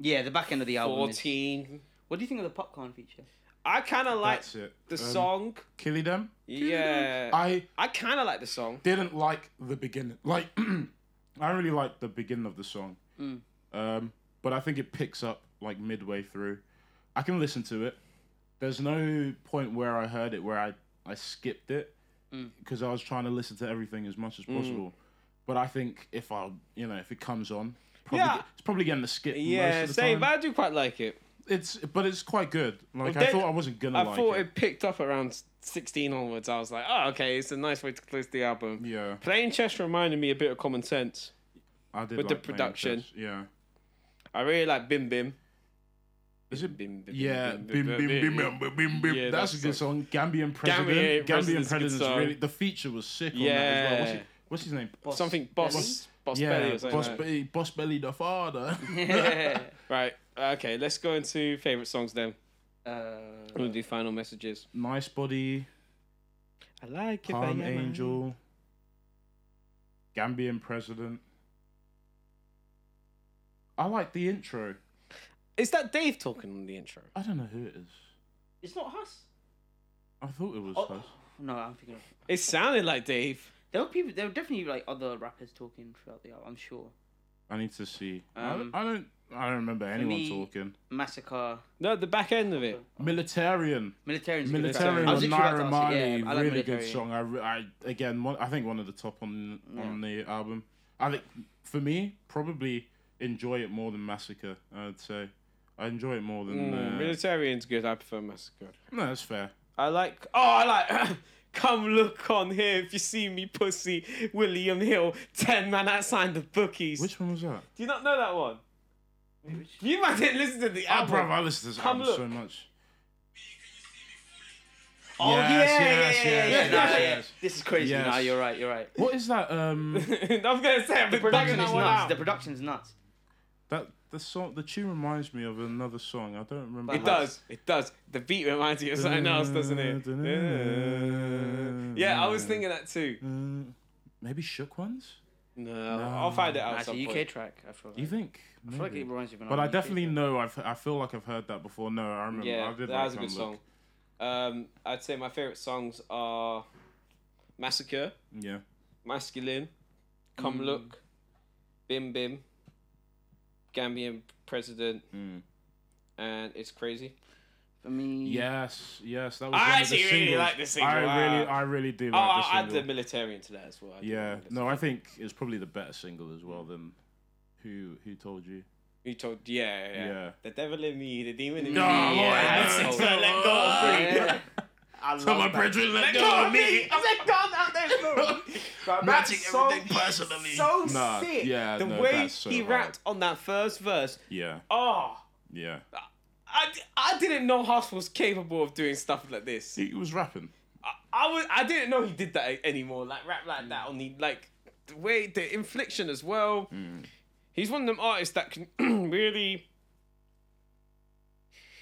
[SPEAKER 2] Yeah, the back end of the album. Is,
[SPEAKER 1] fourteen.
[SPEAKER 2] what do you think of the popcorn feature?
[SPEAKER 1] I kind of like
[SPEAKER 3] That's it.
[SPEAKER 1] the
[SPEAKER 3] Um,
[SPEAKER 1] song.
[SPEAKER 3] Killy Them.
[SPEAKER 1] Yeah, I,
[SPEAKER 3] I
[SPEAKER 1] kind of like the song.
[SPEAKER 3] didn't like the beginning. Like, I really liked the beginning of the song.
[SPEAKER 1] Mm.
[SPEAKER 3] Um, but I think it picks up like midway through. I can listen to it. There's no point where I heard it where I, I skipped it
[SPEAKER 1] Mm.
[SPEAKER 3] because I was trying to listen to everything as much as possible. But I think if I, you know, if it comes on, probably
[SPEAKER 1] Yeah.
[SPEAKER 3] it's probably getting the skip.
[SPEAKER 1] Yeah,
[SPEAKER 3] most of the time.
[SPEAKER 1] same. But I do quite like it.
[SPEAKER 3] It's but it's quite good. Like
[SPEAKER 1] Well,
[SPEAKER 3] I
[SPEAKER 1] then-
[SPEAKER 3] thought I wasn't gonna
[SPEAKER 1] I
[SPEAKER 3] like
[SPEAKER 1] thought
[SPEAKER 3] it.
[SPEAKER 1] it. picked up around 16 onwards. I was like, oh, okay, it's a nice way to close the album.
[SPEAKER 3] Yeah,
[SPEAKER 1] Playing chess reminded me a bit of Common Sense.
[SPEAKER 3] I did.
[SPEAKER 1] with the
[SPEAKER 3] like playing
[SPEAKER 1] production.
[SPEAKER 3] chess, Yeah.
[SPEAKER 1] I really like Bim Bim.
[SPEAKER 3] Is it
[SPEAKER 1] Bim Bim?
[SPEAKER 3] Yeah, bim bim bim bim bim bim. bim.
[SPEAKER 1] Yeah,
[SPEAKER 3] that's,
[SPEAKER 1] that's
[SPEAKER 3] a good song. Gambian
[SPEAKER 1] Gambian
[SPEAKER 3] president. Gambian,
[SPEAKER 1] President's a good
[SPEAKER 3] president's
[SPEAKER 1] song.
[SPEAKER 3] really. The feature was sick. on that as well. What's,
[SPEAKER 1] Yeah.
[SPEAKER 3] he- what's his name?
[SPEAKER 2] Boss.
[SPEAKER 1] Something Boss.
[SPEAKER 2] Belly?
[SPEAKER 1] Boss
[SPEAKER 3] yeah,
[SPEAKER 1] Belly or something.
[SPEAKER 3] Boss
[SPEAKER 1] like that.
[SPEAKER 3] Belly, Boss Belly the father.
[SPEAKER 1] Right. Okay, let's go into favourite songs then. I'm
[SPEAKER 2] uh,
[SPEAKER 1] going to do final messages.
[SPEAKER 3] nice body.
[SPEAKER 1] I like
[SPEAKER 3] Palm angel. Gambian president. I like the intro.
[SPEAKER 1] Is that Dave talking on the intro?
[SPEAKER 3] I don't know who it is.
[SPEAKER 2] it's not us.
[SPEAKER 3] I thought it was
[SPEAKER 2] Oh.
[SPEAKER 3] us.
[SPEAKER 2] No, I'm thinking. Of,
[SPEAKER 1] It sounded like Dave.
[SPEAKER 2] there were people. There were definitely like other rappers talking throughout the album. I'm sure.
[SPEAKER 3] I need to see. I
[SPEAKER 2] Um,
[SPEAKER 3] don't- I don't. I don't remember anyone
[SPEAKER 2] me-
[SPEAKER 3] talking.
[SPEAKER 2] Massacre.
[SPEAKER 1] No, the back end of it.
[SPEAKER 3] Militarian.
[SPEAKER 2] Militarian's a good
[SPEAKER 3] Military
[SPEAKER 2] song. I
[SPEAKER 3] on
[SPEAKER 2] was literally about to
[SPEAKER 3] Naira
[SPEAKER 2] ask you,
[SPEAKER 3] Marley,
[SPEAKER 2] yeah, I like
[SPEAKER 3] really
[SPEAKER 2] Military.
[SPEAKER 3] good song. I, re- I again, one, I think one of the top on
[SPEAKER 2] Mm.
[SPEAKER 3] on the album. I think for me, probably enjoy it more than Massacre. I'd say I enjoy it more
[SPEAKER 2] Mm,
[SPEAKER 3] than. uh,
[SPEAKER 1] Mm, Militarian's good. I prefer Massacre.
[SPEAKER 3] no, that's fair.
[SPEAKER 1] I like. Oh, I like. Come look on here if you see me, pussy. William Hill, ten man outside the bookies.
[SPEAKER 3] Which one was that?
[SPEAKER 1] Do you not know that one? You might didn't listen to the
[SPEAKER 3] Oh,
[SPEAKER 1] album.
[SPEAKER 3] bro, I listen to this
[SPEAKER 1] Come
[SPEAKER 3] album so
[SPEAKER 1] look.
[SPEAKER 3] much.
[SPEAKER 1] Oh, yeah,
[SPEAKER 3] yes,
[SPEAKER 1] yeah, yeah,
[SPEAKER 3] yes,
[SPEAKER 1] yeah,
[SPEAKER 3] yes,
[SPEAKER 1] yeah,
[SPEAKER 3] yes.
[SPEAKER 2] This is crazy.
[SPEAKER 3] Yes.
[SPEAKER 2] No, you're right. You're right.
[SPEAKER 3] What is that? Um,
[SPEAKER 1] I was gonna say, I've
[SPEAKER 2] The
[SPEAKER 1] been banging
[SPEAKER 2] production
[SPEAKER 1] that
[SPEAKER 2] is
[SPEAKER 1] one
[SPEAKER 2] nuts.
[SPEAKER 1] out.
[SPEAKER 2] The production's nuts.
[SPEAKER 3] that the song, the tune reminds me of another song. I don't remember.
[SPEAKER 1] It does. It does. The beat reminds you of something else, doesn't it? yeah, I was thinking that too.
[SPEAKER 3] Uh, maybe shook ones.
[SPEAKER 1] No, I'll find it out.
[SPEAKER 2] That's
[SPEAKER 1] some
[SPEAKER 2] a UK
[SPEAKER 1] point.
[SPEAKER 2] track. I feel like.
[SPEAKER 3] You think?
[SPEAKER 2] I feel like
[SPEAKER 3] Maybe.
[SPEAKER 2] it reminds you of
[SPEAKER 3] But I
[SPEAKER 2] another UK
[SPEAKER 3] definitely
[SPEAKER 2] track.
[SPEAKER 3] know. I've, I feel like I've heard that before. No, I remember.
[SPEAKER 1] Yeah,
[SPEAKER 3] I did
[SPEAKER 1] that
[SPEAKER 3] like
[SPEAKER 1] was a
[SPEAKER 3] Come
[SPEAKER 1] good song.
[SPEAKER 3] Look.
[SPEAKER 1] Um, I'd say my favorite songs are Massacre.
[SPEAKER 3] Yeah,
[SPEAKER 1] masculine, come look, bim bim, Gambian president,
[SPEAKER 3] Mm.
[SPEAKER 1] and it's crazy.
[SPEAKER 2] For me,
[SPEAKER 3] yes, yes. That was.
[SPEAKER 1] I
[SPEAKER 3] one of the
[SPEAKER 1] actually really
[SPEAKER 3] singles.
[SPEAKER 1] like this single,
[SPEAKER 3] I
[SPEAKER 1] wow.
[SPEAKER 3] really, I really do
[SPEAKER 1] oh,
[SPEAKER 3] like this
[SPEAKER 1] I'll add
[SPEAKER 3] single.
[SPEAKER 1] the militarian to that as well. I didn't
[SPEAKER 3] yeah,
[SPEAKER 1] remember.
[SPEAKER 3] no, I think it's probably the better single as well than who who told you.
[SPEAKER 1] You told, yeah, yeah, yeah.
[SPEAKER 3] Yeah.
[SPEAKER 1] The devil in me, the demon in
[SPEAKER 3] No,
[SPEAKER 1] me.
[SPEAKER 3] Lord,
[SPEAKER 1] yeah,
[SPEAKER 3] no.
[SPEAKER 1] six man, let go of me.
[SPEAKER 2] Yeah.
[SPEAKER 1] I love
[SPEAKER 3] Tell my
[SPEAKER 1] that.
[SPEAKER 3] brethren, let
[SPEAKER 1] Let
[SPEAKER 3] go
[SPEAKER 1] go
[SPEAKER 3] of
[SPEAKER 1] of
[SPEAKER 3] me.
[SPEAKER 1] me. I said, God, out there. Bro,
[SPEAKER 3] Matching
[SPEAKER 1] that's so,
[SPEAKER 3] everything personally.
[SPEAKER 1] So
[SPEAKER 3] Nah,
[SPEAKER 1] sick.
[SPEAKER 3] yeah,
[SPEAKER 1] the
[SPEAKER 3] no,
[SPEAKER 1] way
[SPEAKER 3] that's so
[SPEAKER 1] he
[SPEAKER 3] hard.
[SPEAKER 1] rapped on that first verse.
[SPEAKER 3] Yeah,
[SPEAKER 1] Oh.
[SPEAKER 3] yeah.
[SPEAKER 1] I, I didn't know Huss was capable of doing stuff like this.
[SPEAKER 3] He was rapping.
[SPEAKER 1] I was I didn't know he did that a- anymore. Like rap like that on the like the way the infliction as well.
[SPEAKER 3] Hmm.
[SPEAKER 1] He's one of them artists that can really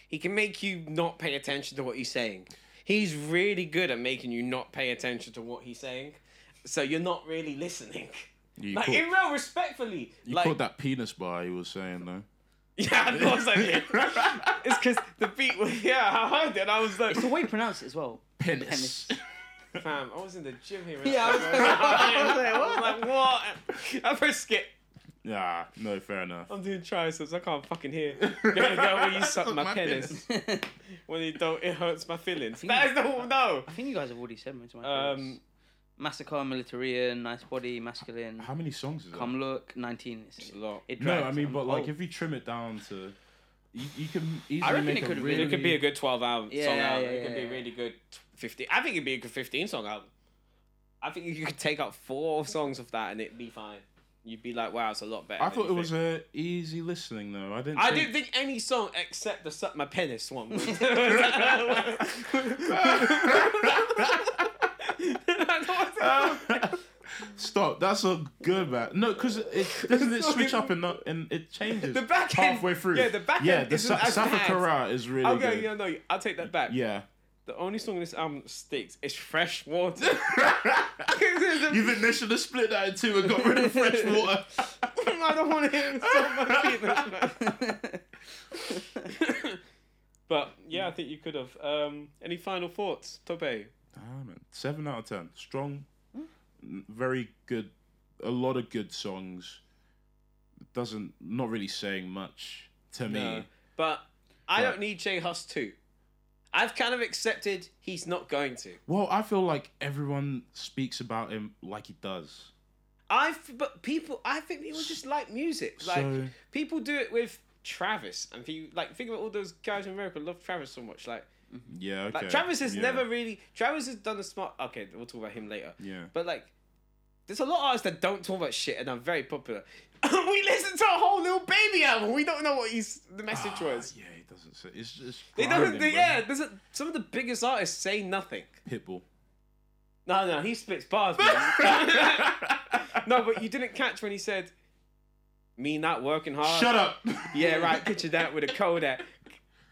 [SPEAKER 1] he can make you not pay attention to what he's saying. He's really good at making you not pay attention to what he's saying, so you're not really listening.
[SPEAKER 3] You
[SPEAKER 1] like
[SPEAKER 3] caught,
[SPEAKER 1] in real respectfully,
[SPEAKER 3] you
[SPEAKER 1] like
[SPEAKER 3] caught that penis bar he was saying though.
[SPEAKER 1] yeah, I know what I'm saying. it's because the beat was yeah, I heard it. and I was like,
[SPEAKER 2] It's the way you pronounce it as well.
[SPEAKER 3] Penis.
[SPEAKER 1] Fam, I was in the gym here.
[SPEAKER 2] Yeah, I was- I
[SPEAKER 1] I was like, what? I pressed skip.
[SPEAKER 3] Nah, no, fair enough.
[SPEAKER 1] I'm doing triceps. I can't fucking hear. You're gonna go when you suck my, penis. When you don't, it hurts my feelings.
[SPEAKER 2] think-
[SPEAKER 1] That is the no.
[SPEAKER 2] I think you guys have already said most of my
[SPEAKER 1] Um,
[SPEAKER 2] um, Massacre, Militarian, Nice Body, Masculine,
[SPEAKER 3] How many songs is that?
[SPEAKER 2] Come Look, 19. It's-
[SPEAKER 1] lot.
[SPEAKER 2] It
[SPEAKER 3] No, I
[SPEAKER 2] drags. Oh.
[SPEAKER 3] mean,
[SPEAKER 2] I'm
[SPEAKER 3] but like
[SPEAKER 2] old.
[SPEAKER 3] if you trim it down to, you, you can easily
[SPEAKER 2] I reckon
[SPEAKER 3] make
[SPEAKER 2] it
[SPEAKER 3] a
[SPEAKER 2] could be-
[SPEAKER 3] really.
[SPEAKER 1] It could be a good 12 album
[SPEAKER 2] Yeah,
[SPEAKER 1] song
[SPEAKER 2] yeah,
[SPEAKER 1] album.
[SPEAKER 2] yeah,
[SPEAKER 1] it could be
[SPEAKER 2] yeah,
[SPEAKER 1] a
[SPEAKER 2] yeah.
[SPEAKER 1] really good 15. I think it'd be a good 15 song album. I think you could take out four songs of that and it'd be fine. You'd be like, wow, it's a lot better.
[SPEAKER 3] I
[SPEAKER 1] than
[SPEAKER 3] thought
[SPEAKER 1] you
[SPEAKER 3] it was
[SPEAKER 1] think.
[SPEAKER 3] a easy listening though. I didn't.
[SPEAKER 1] I didn't
[SPEAKER 3] think-
[SPEAKER 1] think any song except the "Suck My Penis" one. was- I thought-
[SPEAKER 3] Stop. That's a good man. No, because it doesn't it switch up and not and it changes
[SPEAKER 1] The back end-
[SPEAKER 3] halfway through.
[SPEAKER 1] yeah, the back
[SPEAKER 3] Yeah,
[SPEAKER 1] end
[SPEAKER 3] the
[SPEAKER 1] isn't
[SPEAKER 3] Sa-
[SPEAKER 1] as
[SPEAKER 3] Safa
[SPEAKER 1] bad.
[SPEAKER 3] Kara is really
[SPEAKER 1] Okay,
[SPEAKER 3] good.
[SPEAKER 1] yeah, no, I'll take that back.
[SPEAKER 3] Yeah.
[SPEAKER 1] The only song in this album that sticks is "Fresh Water."
[SPEAKER 3] You think they should have split that in two and got rid of fresh water?
[SPEAKER 1] I don't want to hear so much But yeah, I think you could have. Um, any final thoughts, Tope?
[SPEAKER 3] Ah, man. Seven out of ten. Strong, n- very good. A lot of good songs. Doesn't not really saying much to me.
[SPEAKER 1] But I
[SPEAKER 3] What?
[SPEAKER 1] don't need Jay Huss too. I've kind of accepted he's not going to.
[SPEAKER 3] Well, I feel like everyone speaks about him like he does.
[SPEAKER 1] I f- but people, I think people just like music. Like
[SPEAKER 3] So-
[SPEAKER 1] people do it with Travis, and people like think about all those guys in America love Travis so much. Like
[SPEAKER 3] Yeah. Okay.
[SPEAKER 1] Like Travis has
[SPEAKER 3] Yeah.
[SPEAKER 1] never really Travis has done a smart okay, we'll talk about him later.
[SPEAKER 3] Yeah.
[SPEAKER 1] But like there's a lot of artists that don't talk about shit and are very popular. we listened to a whole little baby album. We don't know what he's the message
[SPEAKER 3] Ah,
[SPEAKER 1] was.
[SPEAKER 3] Yeah, he doesn't say. It's just.
[SPEAKER 1] They don't
[SPEAKER 3] grinding,
[SPEAKER 1] they,
[SPEAKER 3] bro.
[SPEAKER 1] yeah, there's a, some of the biggest artists say nothing.
[SPEAKER 3] Pitbull.
[SPEAKER 1] No, no, he spits bars. man. no, but you didn't catch when he said me not working hard.
[SPEAKER 3] Shut up.
[SPEAKER 1] Uh, Yeah, right, picture that with a Kodak.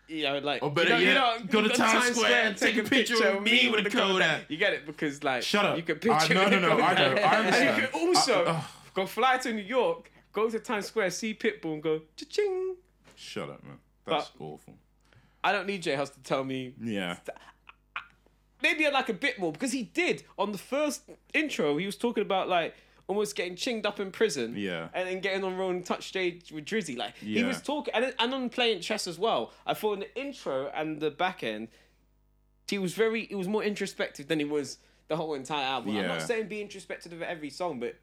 [SPEAKER 1] You know, like
[SPEAKER 3] Or Oh, better
[SPEAKER 1] you know, you
[SPEAKER 3] yet,
[SPEAKER 1] know,
[SPEAKER 3] go to Times Square and take a picture of me with a Kodak.
[SPEAKER 1] You get it because like
[SPEAKER 3] Shut up.
[SPEAKER 1] You can
[SPEAKER 3] I-
[SPEAKER 1] picture.
[SPEAKER 3] no,
[SPEAKER 1] with
[SPEAKER 3] no,
[SPEAKER 1] a
[SPEAKER 3] no, I
[SPEAKER 1] Kodak.
[SPEAKER 3] know, I
[SPEAKER 1] And you
[SPEAKER 3] understand. Uh,
[SPEAKER 1] can also
[SPEAKER 3] I- ugh.
[SPEAKER 1] go fly to New York, go to Times Square, see Pitbull, and go cha-ching.
[SPEAKER 3] Shut up, man. That's awful.
[SPEAKER 1] I don't need J House to tell me.
[SPEAKER 3] Yeah.
[SPEAKER 1] Maybe I like a bit more because he did on the first intro. He was talking about like. Almost getting chinged up in prison,
[SPEAKER 3] Yeah.
[SPEAKER 1] and then getting on rolling touch stage with Drizzy. Like he
[SPEAKER 3] Yeah.
[SPEAKER 1] was talking, and, and on playing chess as well. I thought in the intro and the back end, he was very he was more introspective than he was the whole entire album. I'm not
[SPEAKER 3] Yeah.
[SPEAKER 1] saying be introspective of every song, but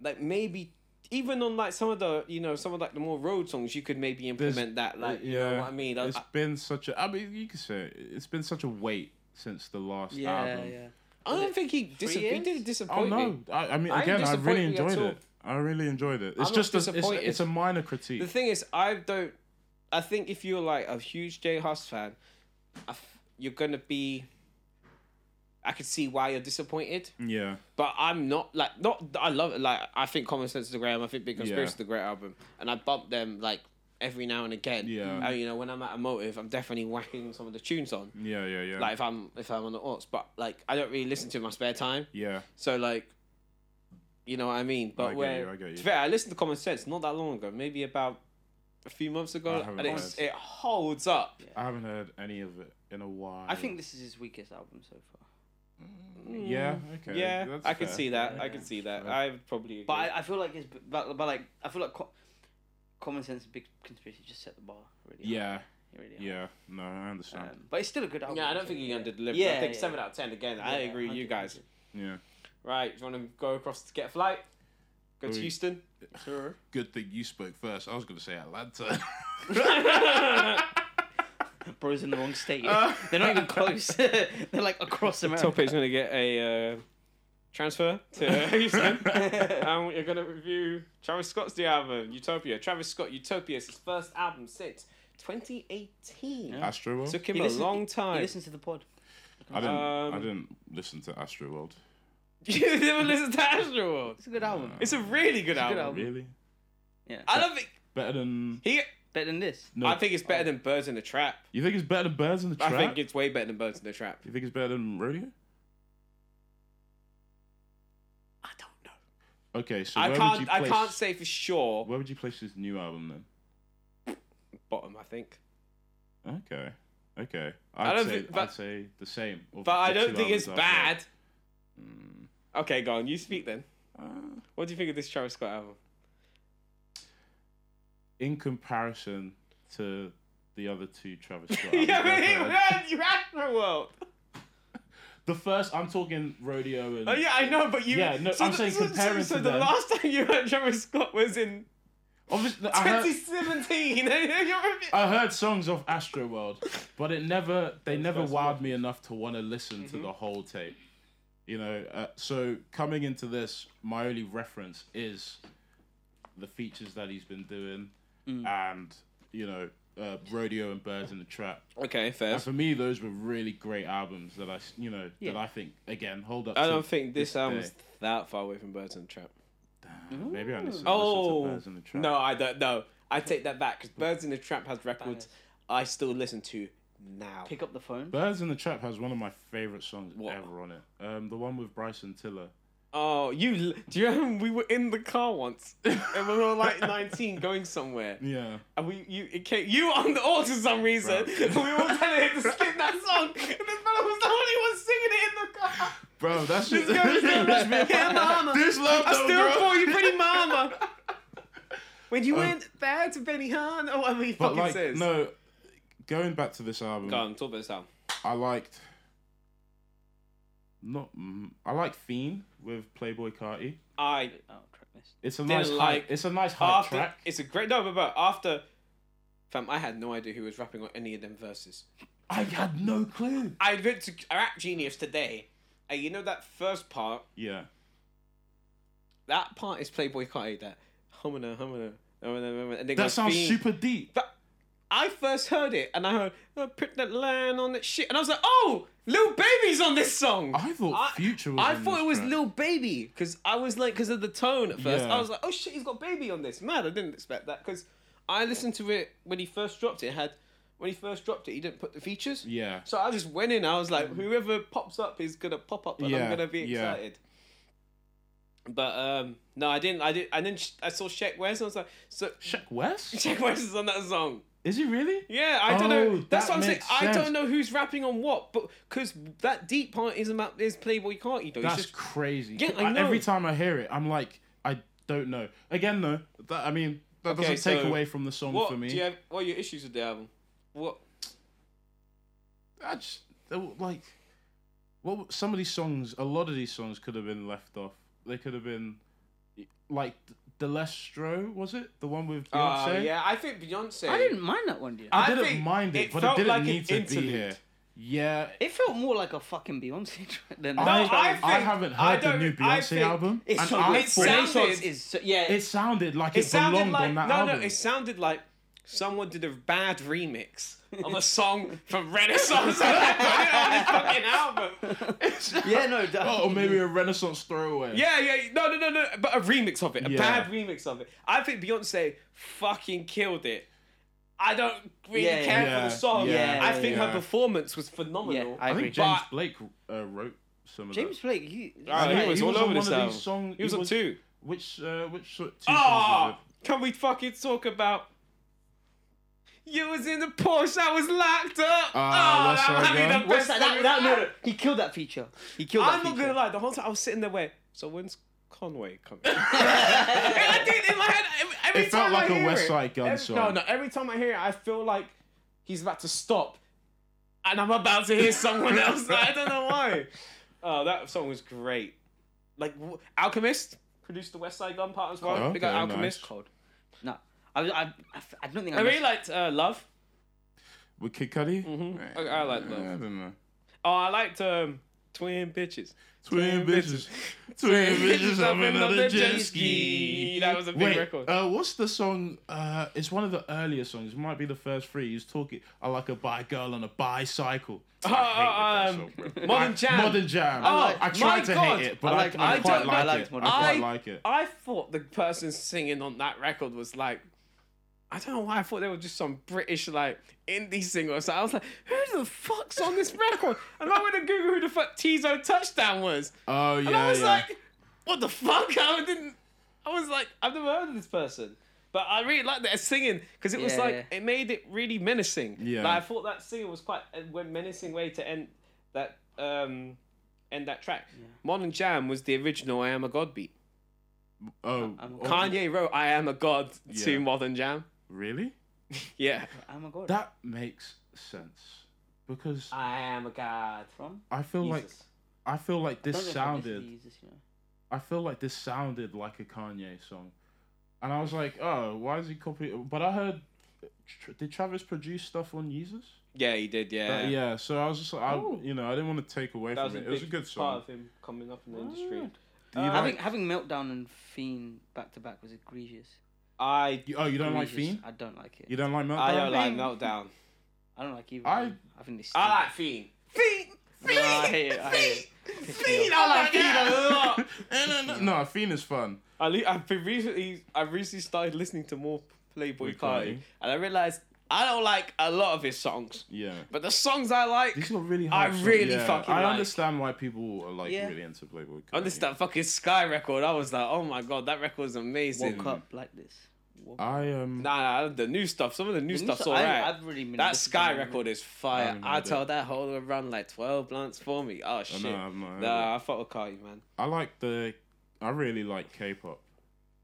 [SPEAKER 1] like maybe even on like some of the you know some of like the more road songs, you could maybe implement that. Like you know what I mean? I,
[SPEAKER 3] It's been such a. I mean, you could say it. it's been such a wait since the last
[SPEAKER 2] yeah,
[SPEAKER 3] album.
[SPEAKER 2] yeah.
[SPEAKER 1] I don't think he dis- he
[SPEAKER 2] years?
[SPEAKER 1] did
[SPEAKER 3] Oh
[SPEAKER 1] disappoint
[SPEAKER 3] no!
[SPEAKER 1] me.
[SPEAKER 3] I, I mean,
[SPEAKER 1] I ain't
[SPEAKER 3] again, I, really
[SPEAKER 1] disappointed at
[SPEAKER 3] enjoyed
[SPEAKER 1] all.
[SPEAKER 3] it. I really enjoyed it. It's
[SPEAKER 1] not
[SPEAKER 3] just a, it's,
[SPEAKER 1] disappointed.
[SPEAKER 3] it's a minor critique.
[SPEAKER 1] The thing is, I don't. I think if you're like a huge J Huss fan, I f- you're gonna be. I could see why you're disappointed.
[SPEAKER 3] yeah,
[SPEAKER 1] But I'm not like not. I love it. Like I think Common Sense is the great album. I think Big Conspiracy
[SPEAKER 3] Yeah.
[SPEAKER 1] is the great album, and I bump them like every now and again.
[SPEAKER 3] Yeah.
[SPEAKER 1] And, you know when I'm at a motive, I'm definitely whacking some of the tunes on.
[SPEAKER 3] yeah, yeah, yeah,
[SPEAKER 1] Like if I'm if I'm on the aux, but like I don't really listen to it in my spare time.
[SPEAKER 3] yeah.
[SPEAKER 1] So like, you know what I mean. But
[SPEAKER 3] I get
[SPEAKER 1] where
[SPEAKER 3] you, I get you.
[SPEAKER 1] to be fair, I listened to Common Sense not that long ago, maybe about a few months
[SPEAKER 3] I
[SPEAKER 1] ago,
[SPEAKER 3] haven't
[SPEAKER 1] and it's,
[SPEAKER 3] heard.
[SPEAKER 1] it holds up.
[SPEAKER 3] I haven't heard any of it in a while.
[SPEAKER 2] I think this is his weakest album so far.
[SPEAKER 3] Yeah. Okay.
[SPEAKER 1] Mm, Yeah,
[SPEAKER 3] that's
[SPEAKER 1] I can
[SPEAKER 3] fair.
[SPEAKER 1] see that. I
[SPEAKER 2] Yeah,
[SPEAKER 1] can see that.
[SPEAKER 3] fair.
[SPEAKER 1] I would probably. Agree.
[SPEAKER 2] But I, I feel like it's but, but like I feel like co- common sense and big conspiracy just set the bar really. high,
[SPEAKER 3] Yeah.
[SPEAKER 2] really high.
[SPEAKER 3] Yeah. No, I understand.
[SPEAKER 2] Um, but it's still a good album.
[SPEAKER 1] yeah, I
[SPEAKER 2] so-
[SPEAKER 1] don't think you're gonna deliver. I
[SPEAKER 2] Yeah,
[SPEAKER 1] think
[SPEAKER 2] yeah.
[SPEAKER 1] seven out of ten again. I
[SPEAKER 2] Yeah,
[SPEAKER 1] agree with you
[SPEAKER 2] 100%.
[SPEAKER 1] guys.
[SPEAKER 3] yeah.
[SPEAKER 1] Right, do you want to go across to get a flight? Go to
[SPEAKER 3] Oi.
[SPEAKER 1] Houston? Sure.
[SPEAKER 3] Good thing you spoke first. I was going to say Atlanta.
[SPEAKER 2] Bro's in the wrong state. They're not even close. They're like across America.
[SPEAKER 1] Tope's going to get a uh, transfer to Houston. and you're going to review Travis Scott's new album, Utopia. Travis Scott, Utopia is his first album since 2018.
[SPEAKER 3] Astro World.
[SPEAKER 1] Took him
[SPEAKER 2] He
[SPEAKER 1] a
[SPEAKER 2] listened-
[SPEAKER 1] long
[SPEAKER 2] He
[SPEAKER 1] time.
[SPEAKER 2] listens to the pod.
[SPEAKER 3] I didn't. I
[SPEAKER 1] Um,
[SPEAKER 3] didn't listen to Astro World.
[SPEAKER 1] You never listened to Astro World.
[SPEAKER 2] It's a good album.
[SPEAKER 1] It's a really good album.
[SPEAKER 2] album.
[SPEAKER 3] Really?
[SPEAKER 2] Yeah.
[SPEAKER 1] I don't think
[SPEAKER 3] Better than
[SPEAKER 1] he.
[SPEAKER 2] Better than this.
[SPEAKER 3] no.
[SPEAKER 1] I think it's better than Birds in the Trap.
[SPEAKER 3] you think it's better than Birds in the Trap.
[SPEAKER 1] I think it's way better than Birds in the Trap.
[SPEAKER 3] you think it's better than Rodeo?
[SPEAKER 1] I don't know.
[SPEAKER 3] Okay, so
[SPEAKER 1] I
[SPEAKER 3] where would you
[SPEAKER 1] can't. I
[SPEAKER 3] place?
[SPEAKER 1] can't say for sure.
[SPEAKER 3] Where would you place this new album then?
[SPEAKER 1] Bottom, I think.
[SPEAKER 3] Okay. Okay.
[SPEAKER 1] I
[SPEAKER 3] I'd
[SPEAKER 1] don't
[SPEAKER 3] say
[SPEAKER 1] think- but-
[SPEAKER 3] I'd say the same. or
[SPEAKER 1] But I
[SPEAKER 3] the
[SPEAKER 1] don't
[SPEAKER 3] two
[SPEAKER 1] think it's
[SPEAKER 3] albums Hmm. I've
[SPEAKER 1] bad. Okay, go on. You speak then.
[SPEAKER 3] heard. Uh,
[SPEAKER 1] What do you think of this Travis Scott album?
[SPEAKER 3] in comparison to the other two Travis Scott albums
[SPEAKER 1] yeah,
[SPEAKER 3] I've
[SPEAKER 1] but he
[SPEAKER 3] heard.
[SPEAKER 1] ran you ran the world.
[SPEAKER 3] the first I'm talking rodeo and
[SPEAKER 1] Oh yeah, I know, but you.
[SPEAKER 3] Yeah, no, I'm saying comparing
[SPEAKER 1] so,
[SPEAKER 3] to
[SPEAKER 1] the
[SPEAKER 3] them.
[SPEAKER 1] last time you heard Travis Scott was in
[SPEAKER 3] obviously I heard,
[SPEAKER 1] 2017.
[SPEAKER 3] I heard songs off Astroworld, but it never they never
[SPEAKER 1] first
[SPEAKER 3] wowed me enough to want to listen to the whole tape. You know, uh, so coming into this, my only reference is the features that he's been doing,
[SPEAKER 1] Mm.
[SPEAKER 3] and you know, uh, rodeo and birds in the trap.
[SPEAKER 1] okay, fair.
[SPEAKER 3] And for me, those were really great albums that I, s- you know, that
[SPEAKER 2] Yeah.
[SPEAKER 3] I think again hold up.
[SPEAKER 1] I
[SPEAKER 3] to
[SPEAKER 1] don't think this
[SPEAKER 3] day.
[SPEAKER 1] album's that far away from Birds in the Trap.
[SPEAKER 3] Maybe I listen,
[SPEAKER 1] Oh
[SPEAKER 3] listen to birds in the trap.
[SPEAKER 1] no, I don't. No, I take that back because Birds in the Trap has records I still listen to now.
[SPEAKER 2] Pick up the phone.
[SPEAKER 3] Birds in the Trap has one of my favorite songs
[SPEAKER 1] What?
[SPEAKER 3] ever on it. Um, the one with Bryson Tiller.
[SPEAKER 1] Oh, you l- do you remember we were in the car once and we were like 19 going somewhere
[SPEAKER 3] Yeah.
[SPEAKER 1] and we you it came you were on the altar for some reason
[SPEAKER 3] Bro.
[SPEAKER 1] and we were all trying to hit the skip that song and this fella was the only one singing it in the car.
[SPEAKER 3] Bro, that's just.
[SPEAKER 1] This girl is gonna rush me and mama.
[SPEAKER 3] This love,
[SPEAKER 1] I
[SPEAKER 3] though,
[SPEAKER 1] still
[SPEAKER 3] bro.
[SPEAKER 1] call you pretty mama. When you went back to Benny Hahn or whatever he
[SPEAKER 3] Um, But
[SPEAKER 1] fucking
[SPEAKER 3] like,
[SPEAKER 1] says.
[SPEAKER 3] no. Going back to this album,
[SPEAKER 1] Go on, talk about this album.
[SPEAKER 3] I liked. Not. Mm, I like Fiend with Playboy Carti.
[SPEAKER 1] I
[SPEAKER 2] Oh, track list.
[SPEAKER 3] It's a
[SPEAKER 1] Didn't
[SPEAKER 3] nice
[SPEAKER 1] like-
[SPEAKER 3] hype. It's a nice hype
[SPEAKER 1] after
[SPEAKER 3] track.
[SPEAKER 1] it's a great no, but, but after fam, I had no idea who was rapping on any of them verses.
[SPEAKER 3] I had no clue.
[SPEAKER 1] I went to Rap Genius today, and you know that first part.
[SPEAKER 3] Yeah.
[SPEAKER 1] That part is Playboy Carti. That humana humana humana humana. And then
[SPEAKER 3] That
[SPEAKER 1] goes
[SPEAKER 3] sounds
[SPEAKER 1] Fiend.
[SPEAKER 3] super deep.
[SPEAKER 1] That- I first heard it, and I heard "Oh, put that line on that shit, and I was like, oh, Lil Baby's on this song.
[SPEAKER 3] I thought Future was
[SPEAKER 1] I
[SPEAKER 3] on
[SPEAKER 1] thought
[SPEAKER 3] this
[SPEAKER 1] it was
[SPEAKER 3] track.
[SPEAKER 1] Lil Baby because I was like, because of the tone at first,
[SPEAKER 3] Yeah.
[SPEAKER 1] I was like, oh shit, he's got Baby on this. Mad, I didn't expect that because I listened to it when he first dropped it. it Had when he first dropped it, he didn't put the features.
[SPEAKER 3] Yeah. Mm.
[SPEAKER 1] So I just went in. I was like, whoever pops up is gonna pop up, and I'm
[SPEAKER 3] Yeah,
[SPEAKER 1] gonna be
[SPEAKER 3] yeah.
[SPEAKER 1] excited. But um no, I didn't. I did. And then sh- I saw Sheck West. And I was like, so
[SPEAKER 3] Sheck West?
[SPEAKER 1] Sheck West is on that song.
[SPEAKER 3] Is he really?
[SPEAKER 1] Yeah, I don't
[SPEAKER 3] Oh,
[SPEAKER 1] know. That's
[SPEAKER 3] that
[SPEAKER 1] what I'm saying.
[SPEAKER 3] makes
[SPEAKER 1] I
[SPEAKER 3] sense.
[SPEAKER 1] don't know who's rapping on what, but because that deep part is about is Playboy Carti though. It's
[SPEAKER 3] That's
[SPEAKER 1] just
[SPEAKER 3] crazy.
[SPEAKER 1] Yeah, I
[SPEAKER 3] I- Every
[SPEAKER 1] know.
[SPEAKER 3] time I hear it, I'm like, I don't know. Again, though, that I mean, that
[SPEAKER 1] Okay,
[SPEAKER 3] doesn't take
[SPEAKER 1] so
[SPEAKER 3] away from the song
[SPEAKER 1] What
[SPEAKER 3] for me.
[SPEAKER 1] do you have? What are your issues with the album? What?
[SPEAKER 3] I just they were, like, well, some of these songs, a lot of these songs could have been left off. They could have been, like, the Lestro was it the one with
[SPEAKER 1] Uh,
[SPEAKER 3] Beyonce?
[SPEAKER 1] yeah, I think Beyonce.
[SPEAKER 2] I didn't mind that one, dude.
[SPEAKER 3] I
[SPEAKER 1] I
[SPEAKER 3] didn't
[SPEAKER 1] think
[SPEAKER 3] mind it,
[SPEAKER 1] it
[SPEAKER 3] but
[SPEAKER 1] felt
[SPEAKER 3] it didn't
[SPEAKER 1] like an
[SPEAKER 3] need to be
[SPEAKER 1] interlude.
[SPEAKER 3] here. Yeah,
[SPEAKER 2] It felt more like a fucking Beyonce track than
[SPEAKER 3] I,
[SPEAKER 2] that.
[SPEAKER 1] I
[SPEAKER 3] I,
[SPEAKER 1] think-
[SPEAKER 3] haven't heard
[SPEAKER 1] I
[SPEAKER 3] the
[SPEAKER 1] don't-
[SPEAKER 3] new
[SPEAKER 1] I
[SPEAKER 3] Beyonce
[SPEAKER 1] think
[SPEAKER 3] album.
[SPEAKER 2] it's
[SPEAKER 3] and
[SPEAKER 2] so
[SPEAKER 3] I
[SPEAKER 2] good.
[SPEAKER 1] It
[SPEAKER 3] thought-
[SPEAKER 1] sounded-
[SPEAKER 2] Renaissance is so, yeah.
[SPEAKER 3] it sounded like
[SPEAKER 1] It
[SPEAKER 3] it,
[SPEAKER 1] sounded
[SPEAKER 3] belonged
[SPEAKER 1] like
[SPEAKER 3] on
[SPEAKER 1] no,
[SPEAKER 3] that
[SPEAKER 1] no.
[SPEAKER 3] album.
[SPEAKER 1] It sounded like someone did a bad remix of a song from Renaissance and they put it on his fucking album.
[SPEAKER 2] yeah, no. That,
[SPEAKER 3] Oh, or maybe a Renaissance throwaway.
[SPEAKER 1] Yeah, yeah, no, no, no, no. But a remix of it, a
[SPEAKER 3] Yeah.
[SPEAKER 1] bad remix of it. I think Beyonce fucking killed it. I don't really
[SPEAKER 2] Yeah,
[SPEAKER 1] care
[SPEAKER 3] yeah.
[SPEAKER 1] for the song.
[SPEAKER 2] Yeah,
[SPEAKER 1] I
[SPEAKER 2] yeah,
[SPEAKER 1] think
[SPEAKER 3] yeah.
[SPEAKER 1] her performance was phenomenal.
[SPEAKER 2] Yeah, I
[SPEAKER 3] I, think
[SPEAKER 2] agree.
[SPEAKER 3] James
[SPEAKER 1] But-
[SPEAKER 3] Blake uh, wrote some of
[SPEAKER 2] James
[SPEAKER 3] that.
[SPEAKER 2] Blake, he,
[SPEAKER 1] Ah, he
[SPEAKER 3] Yeah,
[SPEAKER 1] was all
[SPEAKER 3] on
[SPEAKER 1] over
[SPEAKER 3] one
[SPEAKER 1] this
[SPEAKER 3] of
[SPEAKER 1] album.
[SPEAKER 3] these song-
[SPEAKER 1] He was on two.
[SPEAKER 3] Which uh, which so- two
[SPEAKER 1] Oh,
[SPEAKER 3] songs
[SPEAKER 1] can we fucking talk about? You was in the Porsche, I was locked up.
[SPEAKER 3] Ah,
[SPEAKER 1] that
[SPEAKER 3] that's so
[SPEAKER 1] might be
[SPEAKER 3] good.
[SPEAKER 1] the
[SPEAKER 2] What's
[SPEAKER 1] best
[SPEAKER 2] that?
[SPEAKER 1] thing
[SPEAKER 2] That, that, no,
[SPEAKER 1] we've
[SPEAKER 2] no,
[SPEAKER 1] had.
[SPEAKER 2] he killed that feature. He killed
[SPEAKER 1] I'm
[SPEAKER 2] that
[SPEAKER 1] not
[SPEAKER 2] feating
[SPEAKER 1] gonna lie. The whole time I was sitting there, where so when's Conway coming? and I did in my head every, every
[SPEAKER 3] It felt
[SPEAKER 1] time
[SPEAKER 3] like
[SPEAKER 1] I
[SPEAKER 3] a
[SPEAKER 1] hear
[SPEAKER 3] West
[SPEAKER 1] it,
[SPEAKER 3] Side Gun
[SPEAKER 1] every-
[SPEAKER 3] song.
[SPEAKER 1] No, no. Every time I hear it, I feel like he's about to stop, and I'm about to hear someone else. I don't know why. Oh, that song was great. Like w- Alchemist produced the West Side Gun part as well. we got
[SPEAKER 3] Oh, Okay,
[SPEAKER 1] Alchemist.
[SPEAKER 3] nice.
[SPEAKER 2] cold. No, I, was- I, I, f- I don't think I,
[SPEAKER 1] I really
[SPEAKER 2] messed-
[SPEAKER 1] liked uh, Love.
[SPEAKER 3] with Kid Cudi.
[SPEAKER 1] I, I like
[SPEAKER 3] Mm-hmm. I
[SPEAKER 1] Love.
[SPEAKER 3] don't know.
[SPEAKER 1] Oh, I liked um, Twin Bitches.
[SPEAKER 3] Twin bitches, twin bitches, I'm another jet ski.
[SPEAKER 1] That was a big
[SPEAKER 3] Wait,
[SPEAKER 1] record.
[SPEAKER 3] uh, what's the song? Uh, it's one of the earlier songs. It might be the first three. He's talking. I like a bi girl on a bicycle. I
[SPEAKER 1] Oh,
[SPEAKER 3] hated
[SPEAKER 1] um,
[SPEAKER 3] that song, bro.
[SPEAKER 1] Modern
[SPEAKER 3] I-
[SPEAKER 1] Jam.
[SPEAKER 3] Modern Jam.
[SPEAKER 1] Oh,
[SPEAKER 3] I
[SPEAKER 1] my
[SPEAKER 3] tried to
[SPEAKER 1] God.
[SPEAKER 3] hate it, but
[SPEAKER 2] I
[SPEAKER 3] I,
[SPEAKER 2] like-
[SPEAKER 3] I,
[SPEAKER 2] I
[SPEAKER 3] quite
[SPEAKER 1] don't-
[SPEAKER 3] like
[SPEAKER 1] I
[SPEAKER 2] liked
[SPEAKER 3] it.
[SPEAKER 2] Modern
[SPEAKER 3] I quite
[SPEAKER 1] Jam.
[SPEAKER 3] like it.
[SPEAKER 1] I thought the person singing on that record was like, I don't know why I thought they were just some British like indie singer. So I was like, who the fuck's on this record? And I went to Google who the fuck Tizo Touchdown was.
[SPEAKER 3] Oh yeah,
[SPEAKER 1] And I was
[SPEAKER 3] yeah.
[SPEAKER 1] like, what the fuck? I didn't. I was like, I've never heard of this person. But I really liked that singing because it was
[SPEAKER 2] Yeah,
[SPEAKER 1] like it made it really menacing.
[SPEAKER 3] Yeah.
[SPEAKER 1] Like, I thought that singing was quite a w- menacing way to end that um end that track. Modern Jam was the original I Am a God beat.
[SPEAKER 3] Oh,
[SPEAKER 2] I'm-
[SPEAKER 3] oh,
[SPEAKER 1] Kanye wrote I Am a God
[SPEAKER 3] Yeah.
[SPEAKER 1] to Modern Jam.
[SPEAKER 3] really?
[SPEAKER 1] Yeah.
[SPEAKER 2] Oh my god.
[SPEAKER 3] That makes sense because
[SPEAKER 1] I am a god.
[SPEAKER 2] from?
[SPEAKER 3] I feel like
[SPEAKER 1] Jesus.
[SPEAKER 3] I feel like
[SPEAKER 2] I
[SPEAKER 3] this
[SPEAKER 2] don't know if I listened to
[SPEAKER 3] sounded.
[SPEAKER 2] these, you know.
[SPEAKER 3] I feel like this sounded like a Kanye song, and I was like, oh, why is he copying? But I heard. Tr- Did Travis produce stuff on Jesus?
[SPEAKER 1] Yeah, he did. Yeah.
[SPEAKER 3] That- yeah. So I was just like, I,
[SPEAKER 2] Ooh.
[SPEAKER 3] you know, I didn't want to take away
[SPEAKER 1] That was a,
[SPEAKER 3] from it.
[SPEAKER 1] big
[SPEAKER 3] It was a good
[SPEAKER 1] part
[SPEAKER 3] song.
[SPEAKER 1] of him coming up in the industry.
[SPEAKER 3] Do you
[SPEAKER 1] Uh,
[SPEAKER 3] like,
[SPEAKER 2] Having having meltdown and fiend back to back was egregious.
[SPEAKER 1] I
[SPEAKER 3] you- oh, you don't like
[SPEAKER 2] Egregious.
[SPEAKER 3] Fiend?
[SPEAKER 2] I don't like it.
[SPEAKER 3] You don't like Meltdown?
[SPEAKER 1] I don't like
[SPEAKER 2] Meltdown.
[SPEAKER 1] Meltdown.
[SPEAKER 2] I don't like either.
[SPEAKER 3] I-
[SPEAKER 2] of them. I think they.
[SPEAKER 1] I like Fiend. Fiend.
[SPEAKER 2] No, I hate it. I hate it. Piss me off.
[SPEAKER 1] I like Fiend a lot.
[SPEAKER 3] no, no, no. no, Fiend is fun.
[SPEAKER 1] I li- I've been recently I've recently started listening to more Playboy
[SPEAKER 3] Playboy.
[SPEAKER 1] Carti, and I realized I don't like a lot of his songs,
[SPEAKER 3] Yeah.
[SPEAKER 1] but the songs I like,
[SPEAKER 3] These are really
[SPEAKER 1] I
[SPEAKER 3] hard. songs.
[SPEAKER 1] really
[SPEAKER 3] Yeah,
[SPEAKER 1] fucking
[SPEAKER 3] I
[SPEAKER 1] like.
[SPEAKER 3] understand why people are like
[SPEAKER 2] Yeah.
[SPEAKER 3] really into Playboy. Carti.
[SPEAKER 1] I understand fucking Sky record. I was like, oh my god, that record's amazing.
[SPEAKER 2] Woke up like this. Woke
[SPEAKER 3] I um.
[SPEAKER 1] Nah, nah, the new stuff. Some of the new
[SPEAKER 2] The new
[SPEAKER 1] stuff's
[SPEAKER 2] stuff- I-
[SPEAKER 1] alright.
[SPEAKER 2] I've really been
[SPEAKER 1] that
[SPEAKER 2] listening
[SPEAKER 1] Sky
[SPEAKER 2] to them.
[SPEAKER 1] record is fire.
[SPEAKER 3] haven't
[SPEAKER 1] I,
[SPEAKER 3] heard
[SPEAKER 1] told that whole run like twelve blunts for me. Oh shit.
[SPEAKER 3] no, I've not heard
[SPEAKER 1] nah, I fuck with Carti, man.
[SPEAKER 3] I like the. I really like K-pop.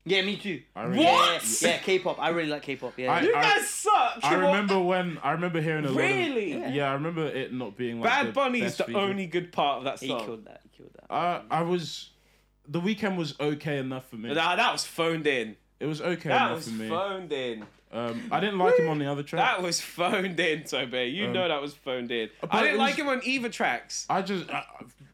[SPEAKER 2] Yeah, me too.
[SPEAKER 3] I really-
[SPEAKER 1] What?
[SPEAKER 2] Yeah, yeah, K-pop. I really like K-pop. Yeah.
[SPEAKER 3] I-
[SPEAKER 1] You
[SPEAKER 3] I-
[SPEAKER 1] guys suck.
[SPEAKER 3] I
[SPEAKER 1] What-
[SPEAKER 3] remember when I remember hearing a lot.
[SPEAKER 1] Really?
[SPEAKER 3] Of, yeah, I remember it not being like.
[SPEAKER 1] Bad
[SPEAKER 3] the
[SPEAKER 1] Bunny is
[SPEAKER 3] best
[SPEAKER 1] the
[SPEAKER 3] feature.
[SPEAKER 1] only good part of that
[SPEAKER 2] he
[SPEAKER 1] song.
[SPEAKER 2] killed that. He killed that.
[SPEAKER 3] I I was. The weekend was okay enough for me.
[SPEAKER 1] Nah, that was phoned in.
[SPEAKER 3] it was okay
[SPEAKER 1] That
[SPEAKER 3] enough
[SPEAKER 1] was
[SPEAKER 3] for me.
[SPEAKER 1] phoned in.
[SPEAKER 3] Um, I didn't like him on the other track.
[SPEAKER 1] That was phoned in, Toby. You know that was phoned in. I
[SPEAKER 3] Um, it
[SPEAKER 1] didn't
[SPEAKER 3] was-
[SPEAKER 1] like him on either tracks.
[SPEAKER 3] I just, I, I-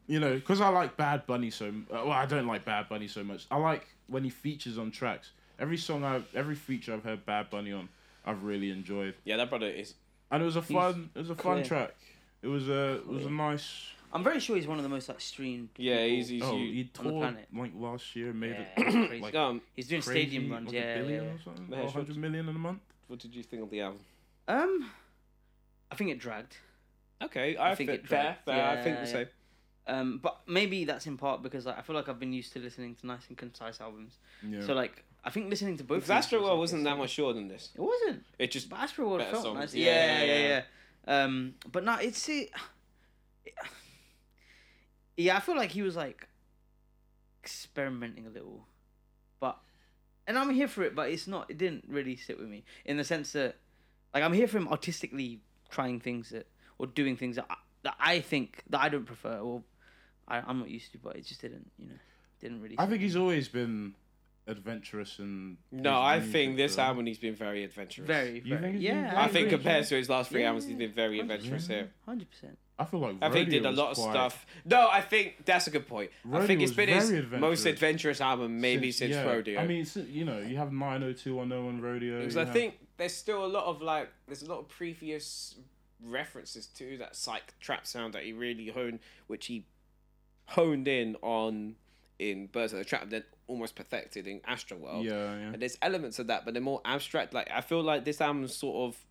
[SPEAKER 3] you know, because I like Bad Bunny so. m- uh, Well, I don't like Bad Bunny so much. I like when he features on tracks. Every song I, every feature I've heard Bad Bunny on, I've really enjoyed.
[SPEAKER 1] Yeah, that brother is.
[SPEAKER 3] And it was a fun, it was a fun
[SPEAKER 2] clear.
[SPEAKER 3] track. It was a, it was a nice.
[SPEAKER 2] I'm very sure he's one of the most like streamed.
[SPEAKER 1] Yeah,
[SPEAKER 2] people.
[SPEAKER 1] he's. he's
[SPEAKER 3] Oh,
[SPEAKER 1] you-
[SPEAKER 3] he
[SPEAKER 2] on the
[SPEAKER 3] toured
[SPEAKER 2] planet.
[SPEAKER 3] like last year, and made
[SPEAKER 2] Yeah,
[SPEAKER 3] it
[SPEAKER 2] he's crazy.
[SPEAKER 3] like
[SPEAKER 1] um,
[SPEAKER 2] he's doing
[SPEAKER 3] crazy,
[SPEAKER 2] stadium runs.
[SPEAKER 3] like
[SPEAKER 2] yeah,
[SPEAKER 3] a
[SPEAKER 2] yeah,
[SPEAKER 3] billion
[SPEAKER 2] yeah.
[SPEAKER 3] or something,
[SPEAKER 1] Yeah,
[SPEAKER 3] or
[SPEAKER 1] sure.
[SPEAKER 3] 100 million in a month.
[SPEAKER 1] what did you think of the album?
[SPEAKER 2] Um, I think it dragged.
[SPEAKER 1] Okay, I,
[SPEAKER 2] I
[SPEAKER 1] think
[SPEAKER 2] think
[SPEAKER 1] think
[SPEAKER 2] it
[SPEAKER 1] fair,
[SPEAKER 2] dragged.
[SPEAKER 1] fair. I
[SPEAKER 2] Yeah,
[SPEAKER 1] think the
[SPEAKER 2] yeah.
[SPEAKER 1] same.
[SPEAKER 2] Um, but maybe that's in part because like, I feel like I've been used to listening to nice and concise albums.
[SPEAKER 3] Yeah.
[SPEAKER 2] So like I think listening to both. of
[SPEAKER 1] Because
[SPEAKER 2] these was,
[SPEAKER 1] Astroworld
[SPEAKER 2] like,
[SPEAKER 1] wasn't
[SPEAKER 2] this-
[SPEAKER 1] that much shorter than this.
[SPEAKER 2] It wasn't.
[SPEAKER 1] It just.
[SPEAKER 2] But Astroworld
[SPEAKER 1] Better
[SPEAKER 2] felt
[SPEAKER 1] songs.
[SPEAKER 2] nice.
[SPEAKER 1] Yeah,
[SPEAKER 2] Yeah,
[SPEAKER 1] yeah,
[SPEAKER 2] yeah, yeah. Um, but no, it's it. Yeah, I feel like he was like experimenting a little, but and I'm here for it. But it's not. It didn't really sit with me in the sense that, like, I'm here for him artistically trying things that or doing things that I, that I think that I don't prefer or I, I'm not used to. But it just didn't. You know, didn't really.
[SPEAKER 3] I
[SPEAKER 2] sit with
[SPEAKER 3] think he's
[SPEAKER 2] me.
[SPEAKER 3] always been adventurous and.
[SPEAKER 1] No, I think this
[SPEAKER 3] album.
[SPEAKER 1] album he's been very adventurous.
[SPEAKER 2] very,
[SPEAKER 3] You
[SPEAKER 2] very.
[SPEAKER 3] think he's been
[SPEAKER 2] yeah,
[SPEAKER 3] very
[SPEAKER 1] I think
[SPEAKER 3] agree,
[SPEAKER 1] compared to his last three
[SPEAKER 2] Yeah,
[SPEAKER 1] albums, he's been very adventurous here.
[SPEAKER 2] Hundred percent.
[SPEAKER 3] I feel like
[SPEAKER 1] I think he
[SPEAKER 3] Rodeo
[SPEAKER 1] did a
[SPEAKER 3] was
[SPEAKER 1] lot of
[SPEAKER 3] quite-
[SPEAKER 1] stuff. No, I think that's a good point. I
[SPEAKER 3] Rodeo
[SPEAKER 1] think it's
[SPEAKER 3] was
[SPEAKER 1] been his
[SPEAKER 3] very
[SPEAKER 1] most
[SPEAKER 3] adventurous.
[SPEAKER 1] adventurous album, maybe since,
[SPEAKER 3] yeah.
[SPEAKER 1] Rodeo.
[SPEAKER 3] I mean, it's, you know, you have 902, 101 Rodeo.
[SPEAKER 1] Because
[SPEAKER 3] you
[SPEAKER 1] I
[SPEAKER 3] have-
[SPEAKER 1] think there's still a lot of like, there's a lot of previous references to that psych trap sound that he really honed, which he honed in on in Birds of the Trap, then almost perfected in Astroworld.
[SPEAKER 3] Yeah, yeah.
[SPEAKER 1] And there's elements of that, but they're more abstract. Like I feel like this album's sort of,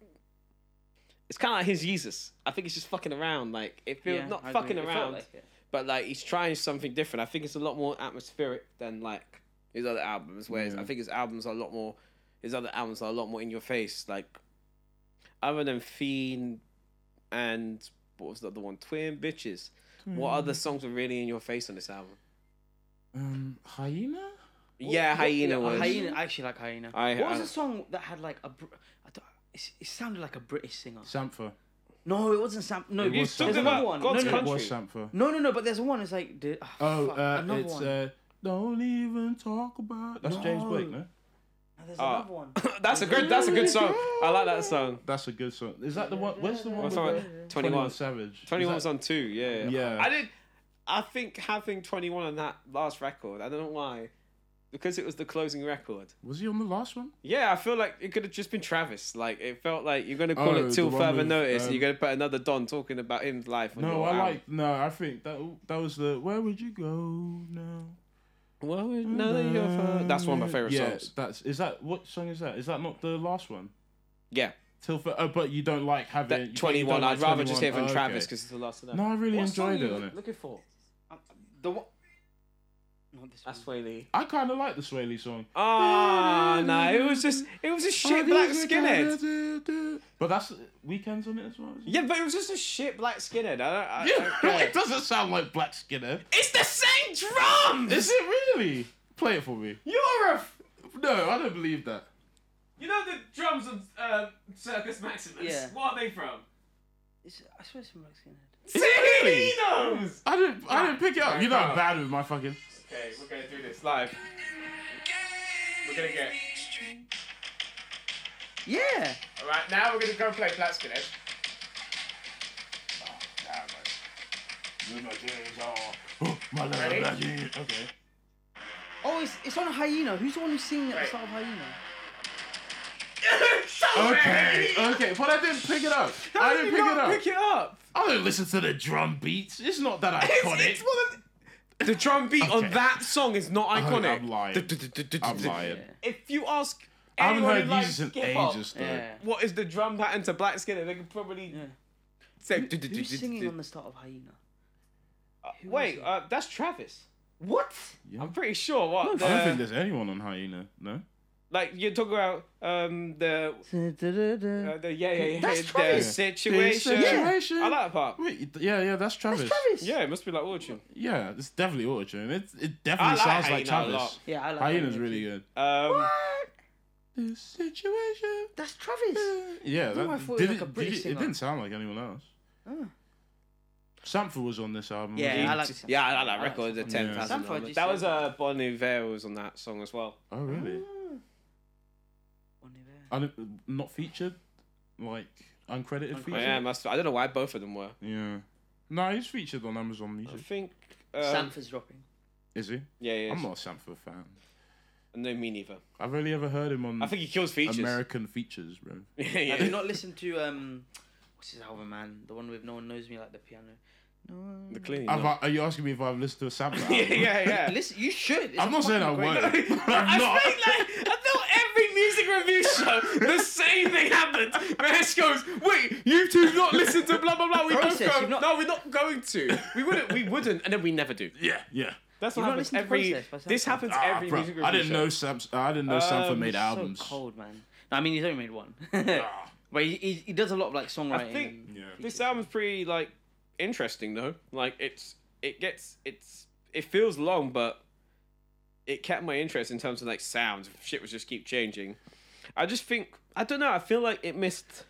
[SPEAKER 1] it's kind of like his Jesus. I think he's just fucking around. Like it feels
[SPEAKER 2] Yeah,
[SPEAKER 1] not
[SPEAKER 2] I agree.
[SPEAKER 1] fucking
[SPEAKER 2] It felt
[SPEAKER 1] around,
[SPEAKER 2] like it.
[SPEAKER 1] but like he's trying something different. I think it's a lot more atmospheric than like his other albums. Whereas
[SPEAKER 3] Yeah.
[SPEAKER 1] I think his albums are a lot more. His other albums are a lot more in your face. Like other than Fiend and what was the other one? Twin Bitches. What other songs were really in your face on this album?
[SPEAKER 3] Um, Hyena?
[SPEAKER 1] yeah,
[SPEAKER 2] What-
[SPEAKER 1] Hyena
[SPEAKER 2] yeah,
[SPEAKER 1] was.
[SPEAKER 2] Hyena. I actually like hyena.
[SPEAKER 1] I-
[SPEAKER 2] what was
[SPEAKER 1] I-
[SPEAKER 2] the song that had like a? Br- I don't, it, it sounded like a British singer.
[SPEAKER 3] Sampha.
[SPEAKER 2] No, it wasn't Sam. No,
[SPEAKER 1] You
[SPEAKER 3] was
[SPEAKER 1] talked
[SPEAKER 2] there's
[SPEAKER 3] something.
[SPEAKER 1] about
[SPEAKER 2] another one.
[SPEAKER 1] God's
[SPEAKER 2] no, no,
[SPEAKER 3] It
[SPEAKER 1] Country.
[SPEAKER 2] no.
[SPEAKER 3] was Sampha.
[SPEAKER 2] no, no, no. But there's one. It's like the, oh,
[SPEAKER 3] Oh,
[SPEAKER 2] fuck,
[SPEAKER 3] uh,
[SPEAKER 2] another
[SPEAKER 3] it's
[SPEAKER 2] one.
[SPEAKER 3] uh, Don't Even Talk About. That's James
[SPEAKER 2] No.
[SPEAKER 3] Blake, no?
[SPEAKER 2] No, there's
[SPEAKER 1] Ah.
[SPEAKER 2] another one.
[SPEAKER 1] that's a good. That's a good song. I like that song.
[SPEAKER 3] That's a good song. Is that the one? Where's the one?
[SPEAKER 1] What's
[SPEAKER 3] With
[SPEAKER 1] on
[SPEAKER 3] the,
[SPEAKER 1] it? 21.
[SPEAKER 3] Savage. Is
[SPEAKER 1] 21
[SPEAKER 3] that-
[SPEAKER 1] was on two. Yeah.
[SPEAKER 3] Yeah.
[SPEAKER 1] I did. I think having 21 on that last record. I don't know why. Because it was the closing record.
[SPEAKER 3] Was he on the last one?
[SPEAKER 1] Yeah, I feel like it could have just been Travis. Like it felt like you're gonna call
[SPEAKER 3] Oh,
[SPEAKER 1] it till
[SPEAKER 3] the one
[SPEAKER 1] further
[SPEAKER 3] with,
[SPEAKER 1] notice, and
[SPEAKER 3] um,
[SPEAKER 1] you're gonna put another Don talking about his life. On
[SPEAKER 3] No,
[SPEAKER 1] your
[SPEAKER 3] I
[SPEAKER 1] album.
[SPEAKER 3] like. No, I think that that was the. Where would you go now?
[SPEAKER 1] Well, now that you're far- That's one of my favorite
[SPEAKER 3] yeah,
[SPEAKER 1] songs.
[SPEAKER 3] That's is that what song is that? Is that not the last one?
[SPEAKER 1] Yeah,
[SPEAKER 3] Till for, oh, but you don't like having
[SPEAKER 1] that
[SPEAKER 3] you don't- you
[SPEAKER 1] 21.
[SPEAKER 3] don't like
[SPEAKER 1] I'd rather just hear
[SPEAKER 3] 21.
[SPEAKER 1] from
[SPEAKER 3] Oh,
[SPEAKER 1] Travis
[SPEAKER 3] okay.
[SPEAKER 1] because it's the last of that.
[SPEAKER 3] No, I really
[SPEAKER 1] What song
[SPEAKER 3] enjoyed
[SPEAKER 1] you
[SPEAKER 3] it on it.
[SPEAKER 1] Looking for
[SPEAKER 2] Um, The one. Not this
[SPEAKER 1] That's
[SPEAKER 2] one.
[SPEAKER 1] Swaley.
[SPEAKER 3] I kind of like the Sway Lee song.
[SPEAKER 1] Ah, no, it was just it was a shit black skinhead.
[SPEAKER 3] But that's weekends on it as well. isn't it?
[SPEAKER 1] Yeah, but it was just a shit black skinhead. I don't. I, I don't
[SPEAKER 3] it
[SPEAKER 1] care.
[SPEAKER 3] doesn't sound like black skinhead.
[SPEAKER 1] It's the same drums.
[SPEAKER 3] Is it really? Play it for me.
[SPEAKER 1] You're a. F-
[SPEAKER 3] No, I don't believe that.
[SPEAKER 1] you know the drums of um, Circus Maximus.
[SPEAKER 2] Yeah.
[SPEAKER 1] What are they from?
[SPEAKER 2] It's, I swear it's from Black Skinhead.
[SPEAKER 1] See,
[SPEAKER 3] really?
[SPEAKER 1] he knows.
[SPEAKER 3] I didn't. I didn't pick it up. You know
[SPEAKER 1] Wow.
[SPEAKER 3] I'm bad with my fucking.
[SPEAKER 1] Okay, we're gonna do this live. We're gonna get.
[SPEAKER 2] Yeah.
[SPEAKER 1] All right, now we're gonna go play Black Skinhead.
[SPEAKER 3] Ready? Okay.
[SPEAKER 2] Oh, it's, it's on Hyena. Who's the one who's singing at the
[SPEAKER 1] Right.
[SPEAKER 2] start of Hyena?
[SPEAKER 3] Okay. uh, Okay. But I didn't pick it up. I didn't pick it up.
[SPEAKER 1] Pick it up.
[SPEAKER 3] I don't listen to the drum beats. It's not that iconic.
[SPEAKER 1] It's, it's one of the, the drum beat on
[SPEAKER 3] Okay.
[SPEAKER 1] that song is not iconic.
[SPEAKER 3] I'm lying.
[SPEAKER 1] Du- du- du- du- du-
[SPEAKER 3] I'm
[SPEAKER 1] du-
[SPEAKER 3] lying.
[SPEAKER 2] Yeah.
[SPEAKER 1] If you ask
[SPEAKER 3] I haven't
[SPEAKER 1] anyone
[SPEAKER 3] heard
[SPEAKER 1] who likes
[SPEAKER 3] music in
[SPEAKER 1] hip-hop,
[SPEAKER 3] ages though.
[SPEAKER 2] Yeah.
[SPEAKER 1] what is the drum pattern to Black Skinner, they could probably
[SPEAKER 2] Yeah.
[SPEAKER 1] say.
[SPEAKER 2] Who-
[SPEAKER 1] du- du- du-
[SPEAKER 2] Who's
[SPEAKER 1] du-
[SPEAKER 2] singing
[SPEAKER 1] du-
[SPEAKER 2] on the start of Hyena?
[SPEAKER 1] Uh,
[SPEAKER 2] who is
[SPEAKER 1] Wait,
[SPEAKER 2] it?
[SPEAKER 1] uh, that's Travis.
[SPEAKER 2] What?
[SPEAKER 3] Yeah.
[SPEAKER 1] I'm pretty sure. What?
[SPEAKER 3] I don't think
[SPEAKER 1] the-
[SPEAKER 3] there's anyone on Hyena. No.
[SPEAKER 1] like you're talking about um the. Uh,
[SPEAKER 2] That's
[SPEAKER 1] the, yeah, yeah, yeah.
[SPEAKER 2] That's
[SPEAKER 1] the
[SPEAKER 2] Travis.
[SPEAKER 1] situation.
[SPEAKER 3] Yeah.
[SPEAKER 1] I like that part.
[SPEAKER 3] Wait, yeah, yeah, that's Travis.
[SPEAKER 2] Travis.
[SPEAKER 1] Yeah, it must be like autumn.
[SPEAKER 3] Yeah, it's definitely auto tune. It it
[SPEAKER 1] I
[SPEAKER 3] definitely
[SPEAKER 1] like
[SPEAKER 3] sounds like
[SPEAKER 1] Hyena a
[SPEAKER 3] Travis.
[SPEAKER 1] lot.
[SPEAKER 2] Yeah, I like
[SPEAKER 3] Hyena's
[SPEAKER 2] Hyena
[SPEAKER 3] really
[SPEAKER 2] too.
[SPEAKER 3] good.
[SPEAKER 1] Um,
[SPEAKER 2] What?
[SPEAKER 3] This situation.
[SPEAKER 2] That's Travis.
[SPEAKER 3] Yeah, that,
[SPEAKER 2] No, I thought it was
[SPEAKER 3] did
[SPEAKER 2] like a
[SPEAKER 3] it, did
[SPEAKER 2] British
[SPEAKER 3] it, it
[SPEAKER 2] singer.
[SPEAKER 3] didn't sound like anyone else.
[SPEAKER 2] Oh.
[SPEAKER 3] Samford was on this album.
[SPEAKER 2] Yeah,
[SPEAKER 3] wasn't
[SPEAKER 2] I
[SPEAKER 3] he?
[SPEAKER 2] like this.
[SPEAKER 1] yeah, I like that record. The
[SPEAKER 2] this one.
[SPEAKER 1] ten
[SPEAKER 3] Yeah.
[SPEAKER 1] thousand.
[SPEAKER 2] Sanford, you
[SPEAKER 1] That
[SPEAKER 2] said.
[SPEAKER 1] was uh, Bon Iver was on that song as well.
[SPEAKER 3] Oh really?
[SPEAKER 2] Ah. Bon Iver.
[SPEAKER 3] I don't, not featured, like uncredited featured.
[SPEAKER 1] Oh, Yeah, must. I don't know why both of them were.
[SPEAKER 3] Yeah. No, he's featured on Amazon
[SPEAKER 1] I
[SPEAKER 3] Music.
[SPEAKER 1] think. Um,
[SPEAKER 2] Sanford's dropping.
[SPEAKER 1] Oh,
[SPEAKER 3] Is he?
[SPEAKER 1] Yeah, yeah.
[SPEAKER 3] I'm not a Samford fan.
[SPEAKER 1] No, me neither.
[SPEAKER 3] I've only ever heard him on
[SPEAKER 1] I think he kills features.
[SPEAKER 3] American features, bro.
[SPEAKER 1] yeah,
[SPEAKER 2] I do
[SPEAKER 1] yeah.
[SPEAKER 2] not listen to um, what's his album, man? The one with no one knows me like the piano. No one.
[SPEAKER 1] The clean.
[SPEAKER 3] I've, are you asking me if I've listened to a Samford album?
[SPEAKER 1] yeah, yeah, yeah.
[SPEAKER 2] Listen, you should. It's
[SPEAKER 3] I'm
[SPEAKER 2] a
[SPEAKER 3] not saying I
[SPEAKER 2] fucking
[SPEAKER 3] won't.
[SPEAKER 2] great-
[SPEAKER 3] I'm
[SPEAKER 1] I
[SPEAKER 3] not.
[SPEAKER 1] think like I feel every music review show the same thing happens. Mash goes, wait, you two not listen to blah blah blah. We both
[SPEAKER 2] Process,
[SPEAKER 1] go,
[SPEAKER 2] you've not-
[SPEAKER 1] no, we're not going to. We wouldn't, we wouldn't, and then we never do.
[SPEAKER 3] Yeah, yeah.
[SPEAKER 1] That's what happens
[SPEAKER 2] You've not listened to
[SPEAKER 1] every.
[SPEAKER 2] Process by Sam
[SPEAKER 1] this
[SPEAKER 2] Ford?
[SPEAKER 1] happens
[SPEAKER 3] Ah,
[SPEAKER 1] every
[SPEAKER 3] bro,
[SPEAKER 1] music review
[SPEAKER 3] I didn't
[SPEAKER 1] show.
[SPEAKER 3] know Sam. I didn't know Samford
[SPEAKER 1] Um,
[SPEAKER 3] made
[SPEAKER 2] so
[SPEAKER 3] albums. Ah,
[SPEAKER 2] cold, man. No, I mean he's only made one. but he, he he does a lot of like songwriting.
[SPEAKER 1] think-
[SPEAKER 2] and
[SPEAKER 3] Yeah. This
[SPEAKER 1] This
[SPEAKER 2] features.
[SPEAKER 1] album's pretty like interesting though. Like it's it gets it's it feels long, but it kept my interest in terms of like sounds. Shit was just keep changing. I just think I don't know. I feel like it missed.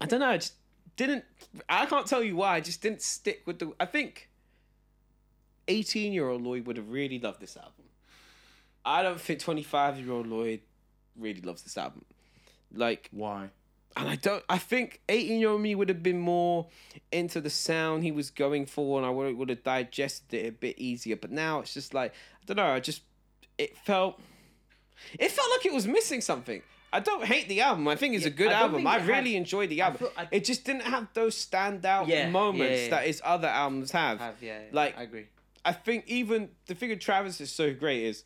[SPEAKER 1] I don't know. I just didn't. I can't tell you why. I just didn't stick with the. I think eighteen-year-old Lloyd would have really loved this album. I don't think twenty-five-year-old Lloyd really loves this album. Like
[SPEAKER 3] Why?
[SPEAKER 1] and I don't. I think eighteen year old me would have been more into the sound he was going for, and I would would have digested it a bit easier. But now it's just like I don't know. I just it felt it felt like it was missing something. I don't hate the album. I think it's
[SPEAKER 2] Yeah,
[SPEAKER 1] a good
[SPEAKER 2] I don't
[SPEAKER 1] album.
[SPEAKER 2] think
[SPEAKER 1] I
[SPEAKER 2] it had-
[SPEAKER 1] really enjoyed the album.
[SPEAKER 2] feel- I-
[SPEAKER 1] it just didn't have those standout
[SPEAKER 2] Yeah, yeah,
[SPEAKER 1] moments
[SPEAKER 2] yeah.
[SPEAKER 1] that his other albums have.
[SPEAKER 2] have yeah, yeah,
[SPEAKER 1] like-
[SPEAKER 2] I agree.
[SPEAKER 1] I think even the thing with Travis is so great is